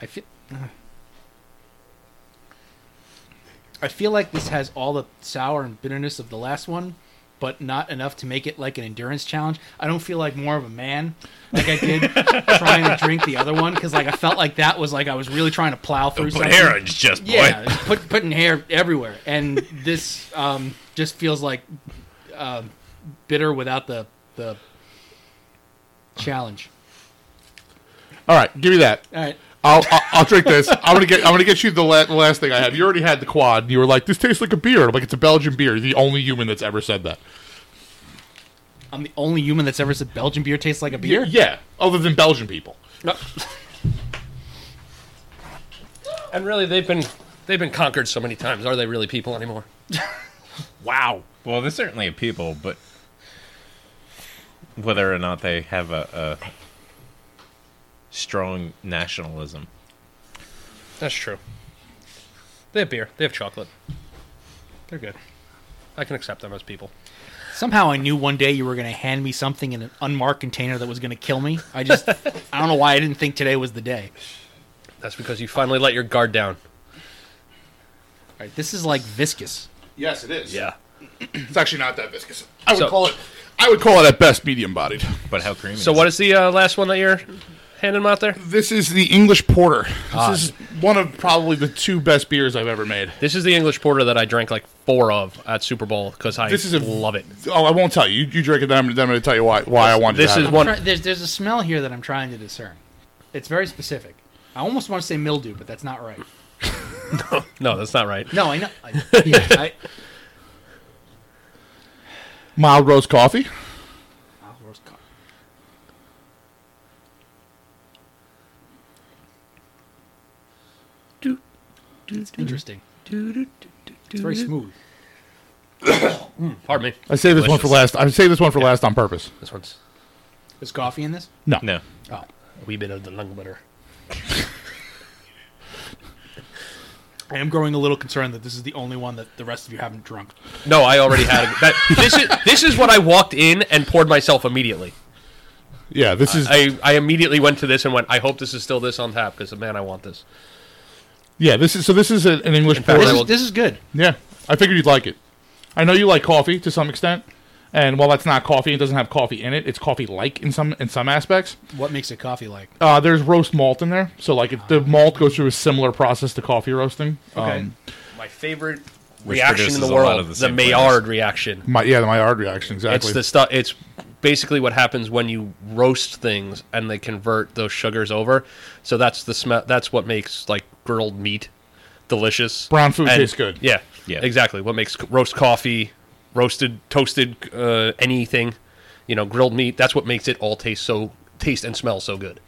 F: I uh, feel. I feel like this has all the sour and bitterness of the last one, but not enough to make it like an endurance challenge. I don't feel like more of a man like I did trying to drink the other one because like I felt like that was like I was really trying to plow through.
D: Put
F: something.
D: hair on just boy.
F: Yeah, it's put, putting hair everywhere, and this um, just feels like um bitter without the the challenge.
E: All right, give me that.
F: All right,
E: I'll, I'll I'll drink this. I'm gonna get I'm gonna get you the la- the last thing I have. You already had the quad. And you were like, this tastes like a beer. I'm like, it's a Belgian beer. You're the only human that's ever said that.
F: I'm the only human that's ever said Belgian beer tastes like a beer.
E: Yeah, other than Belgian people.
C: And really, they've been they've been conquered so many times. Are they really people anymore?
E: Wow.
D: Well, they're certainly a people, but whether or not they have a, a strong nationalism.
C: That's true. They have beer. They have chocolate. They're good. I can accept them as people.
F: Somehow I knew one day you were going to hand me something in an unmarked container that was going to kill me. I just I don't know why I didn't think today was the day.
C: That's because you finally let your guard down.
F: All right, this is like viscous.
G: Yes, it is.
C: Yeah.
G: It's actually not that viscous.
E: I would
C: So-
E: call it I would call it at best medium bodied.
D: But how creamy?
C: So
D: is
C: what
D: it?
C: is the uh, last one that you're handing them out there?
E: This is the English Porter. This is one of probably the two best beers I've ever made.
C: This is the English porter that I drank like four of at Super Bowl because I
E: This is a-
C: love it.
E: Oh, I won't tell you. You, you drink it, then I'm, then I'm going to tell you why why I wanted
C: This
E: to have
C: is
E: it.
C: one.
F: Try- There's there's a smell here that I'm trying to discern. It's very specific. I almost want to say mildew, but that's not right.
C: No, that's not right.
F: No, I know. I, yeah, I,
E: mild roast coffee.
F: Mild roast coffee. It's interesting. It's very smooth.
C: Pardon me.
E: I saved this one for last. I saved this one for last on purpose.
C: This one's
F: There's coffee in this?
E: No,
D: No.
F: Oh.
C: a wee bit of the lung butter.
F: I am growing a little concerned that this is the only one that the rest of you haven't drunk.
C: No, I already had it. That, this is this is what I walked in and poured myself immediately.
E: yeah, this is
C: I, I immediately went to this and went. I hope this is still this on tap because man, I want this.
E: yeah, this is so this is a- an English
C: fact,
E: porter.
C: I
F: This
C: will-
F: is, this is good.
E: yeah, I figured you'd like it. I know you like coffee to some extent, and while that's not coffee, it doesn't have coffee in it. It's coffee like in some in some aspects.
F: What makes it coffee like?
E: Uh, there's roast malt in there, so like if the malt goes through a similar process to coffee roasting.
F: Okay.
E: um,
C: My favorite
D: Which
C: reaction in the
D: produces a lot
C: world,
D: of the
C: the,
D: same flavors.
C: Maillard reaction.
E: my yeah, the Maillard reaction exactly.
C: It's the stuff. It's basically what happens when you roast things and they convert those sugars over. So that's the smell. That's what makes like grilled meat delicious.
E: Brown food tastes good.
C: Yeah,
D: Yeah.
C: exactly. What makes c- roast coffee, roasted, toasted, uh, anything, you know, grilled meat. That's what makes it all taste so taste and smell so good.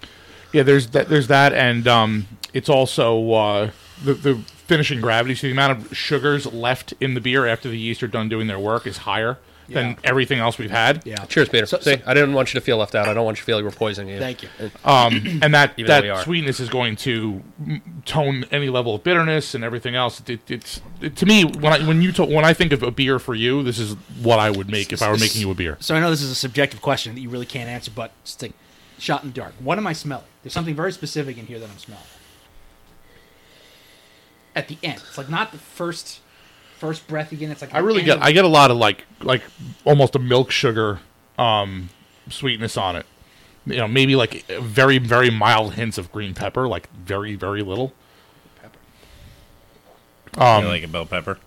E: Yeah, there's that. There's that, and um, it's also uh, the the finishing gravity. So the amount of sugars left in the beer after the yeast are done doing their work is higher
F: Yeah.
E: than everything else we've had.
F: Yeah.
C: Cheers, Peter.
F: So-
C: See,
F: so-
C: I didn't want you to feel left out. I don't want you to feel like we're poisoning you.
F: Thank you.
E: Um, and that
C: Even though we are.
E: that sweetness is going to mm, tone any level of bitterness and everything else. It, it's it, to me when I when you to, when I think of a beer for you, this is what I would make if I were making you a beer.
F: So I know this is a subjective question that you really can't answer, but just like shot in the dark. What am I smelling? There's something very specific in here that I'm smelling. at the end. It's like not the first first breath again. It's like
E: I really get I get a lot of like like almost a milk sugar um sweetness on it. You know, maybe like very very mild hints of green pepper, like very very little.
F: Um,
D: You like a bell pepper.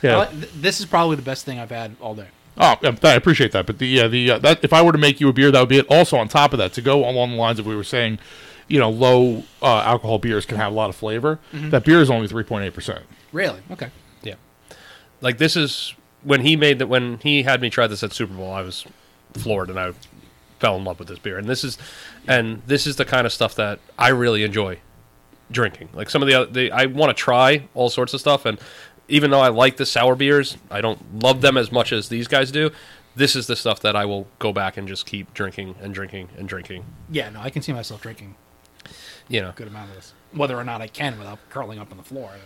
E: Yeah.
F: this is probably the best thing I've had all day.
E: Oh, yeah, I appreciate that. But the yeah, the uh, that if I were to make you a beer, that would be it. Also, on top of that, to go along the lines of we were saying, you know, low uh, alcohol beers can have a lot of flavor. That beer is only three point eight percent.
F: Really? Okay.
C: Yeah. Like this is when he made that when he had me try this at Super Bowl, I was floored and I fell in love with this beer. And this is and this is the kind of stuff that I really enjoy drinking. Like some of the other the, I want to try all sorts of stuff and even though I like the sour beers, I don't love them as much as these guys do. This is the stuff that I will go back and just keep drinking and drinking and drinking.
F: Yeah, no, I can see myself drinking
C: You know,
F: a good amount of this. Whether or not I can without curling up on the floor. I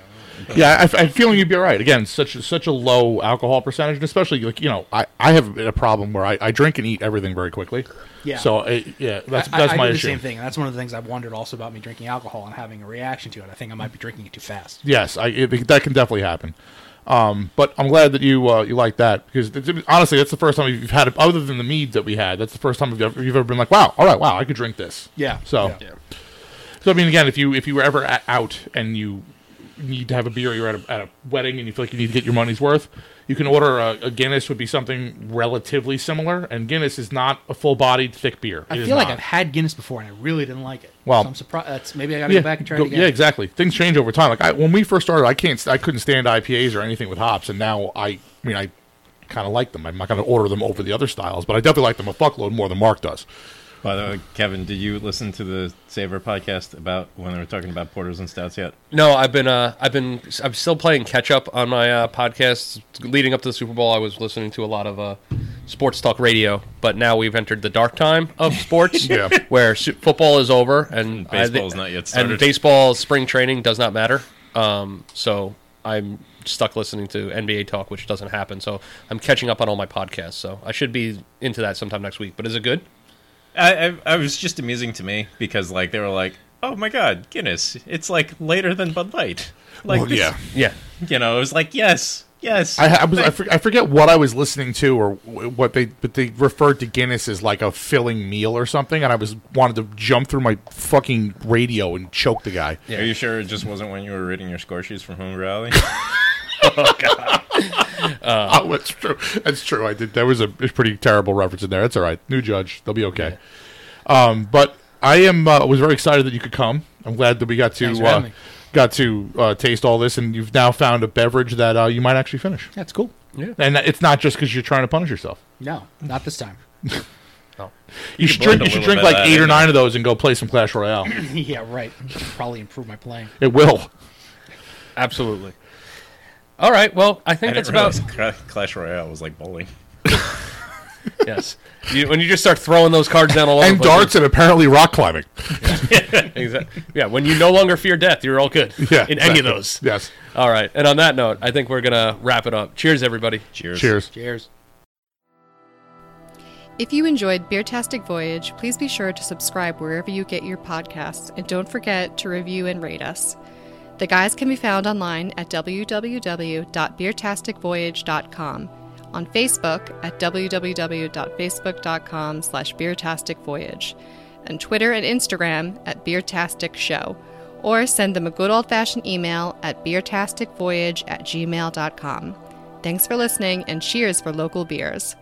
F: don't know.
E: Yeah, I, am feeling you'd be all right. Again, such a, such a low alcohol percentage, and especially like you know, I, I have a problem where I, I drink and eat everything very quickly.
F: Yeah.
E: So I, yeah, that's
F: I-
E: that's
F: I, I
E: my
F: do
E: issue.
F: the same thing. And that's one of the things I've wondered also about me drinking alcohol and having a reaction to it. I think I might be drinking it too fast.
E: Yes, I, it, that can definitely happen. Um, but I'm glad that you uh, you like that because it's- honestly, that's the first time you've had it. Other than the mead that we had, that's the first time you've ever, you've ever been like, wow, all right, wow, I could drink this.
F: Yeah.
E: So.
F: Yeah.
C: yeah.
E: So I mean, again, if you if you were ever a out and you need to have a beer, you're at a, at a wedding and you feel like you need to get your money's worth, you can order a, a Guinness. Would be something relatively similar, and Guinness is not a full bodied thick beer.
F: I
E: It is
F: feel like
E: not.
F: I've had Guinness before and I really didn't like it.
E: Well-
F: so I'm surprised. That's, maybe I got to go back and try
E: go-
F: it again.
E: yeah, exactly. Things change over time. Like I, when we first started, I can't, st- I couldn't stand IPAs or anything with hops, and now I, I mean, I kind of like them. I'm not going to order them over the other styles, but I definitely like them a fuckload more than Mark does.
D: By the way, Kevin, did you listen to the Savor podcast about when they were talking about porters and stouts yet?
C: No, I've been uh, I've been I'm still playing catch up on my uh, podcasts leading up to the Super Bowl. I was listening to a lot of uh, sports talk radio, but now we've entered the dark time of sports,
E: Yeah.
C: where su- football is over and
D: And baseball's not yet
C: And
D: started.
C: baseball spring training does not matter. Um, so I'm stuck listening to NBA talk, which doesn't happen. So I'm catching up on all my podcasts. So I should be into that sometime next week. But is it good?
D: I, I, I was just amusing to me because like they were like, oh my god, Guinness, it's like later than Bud Light. Like
E: Well,
D: this-
E: yeah.
C: Yeah.
D: you know, it was like yes, yes.
E: I, I was, I, for, I forget what I was listening to or wh- what they, but they referred to Guinness as like a filling meal or something, and I was wanted to jump through my fucking radio and choke the guy.
D: Are you sure it just wasn't when you were reading your score sheets from Home Rally?
E: Oh, that's true. That's true. I did. There was a pretty terrible reference in there. That's all right. New judge. They'll be okay. Um, but I am uh, was very excited that you could come. I'm glad that we got
F: Thanks
E: to
F: for
E: uh,
F: having me.
E: got to uh, taste all this, and you've now found a beverage that uh, you might actually finish.
F: That's cool.
C: Yeah.
E: And it's not just because you're trying to punish yourself.
F: No, not this time.
E: You, should
D: blend
E: drink.
D: a
E: You should
D: little
E: drink
D: bit of
E: like
D: that
E: eight or
D: in
E: nine of those and go play some Clash Royale.
F: yeah, right. Probably improve my playing.
E: it will.
C: Absolutely. All right. Well, I
D: I
C: think that's
D: didn't
C: about
D: realize Cla- Clash Royale was like bowling.
C: Yes. You, when you just start throwing those cards down all over
E: And
C: the place,
E: darts and apparently rock climbing.
C: exa- Yeah, when you no longer fear death, you're all good.
E: Yeah,
C: In any
E: exactly.
C: of those.
E: Yes.
C: All right. And on that note, I think we're going to wrap it up. Cheers, everybody.
D: Cheers.
E: Cheers.
F: Cheers.
B: If you enjoyed Beertastic Voyage, please be sure to subscribe wherever you get your podcasts and don't forget to review and rate us. The guys can be found online at www.beertasticvoyage.com, on Facebook at www.facebook.com slash beertasticvoyage, and Twitter and Instagram at Beertastic Show, or send them a good old-fashioned email at beertasticvoyage at gmail.com. Thanks for listening and cheers for local beers.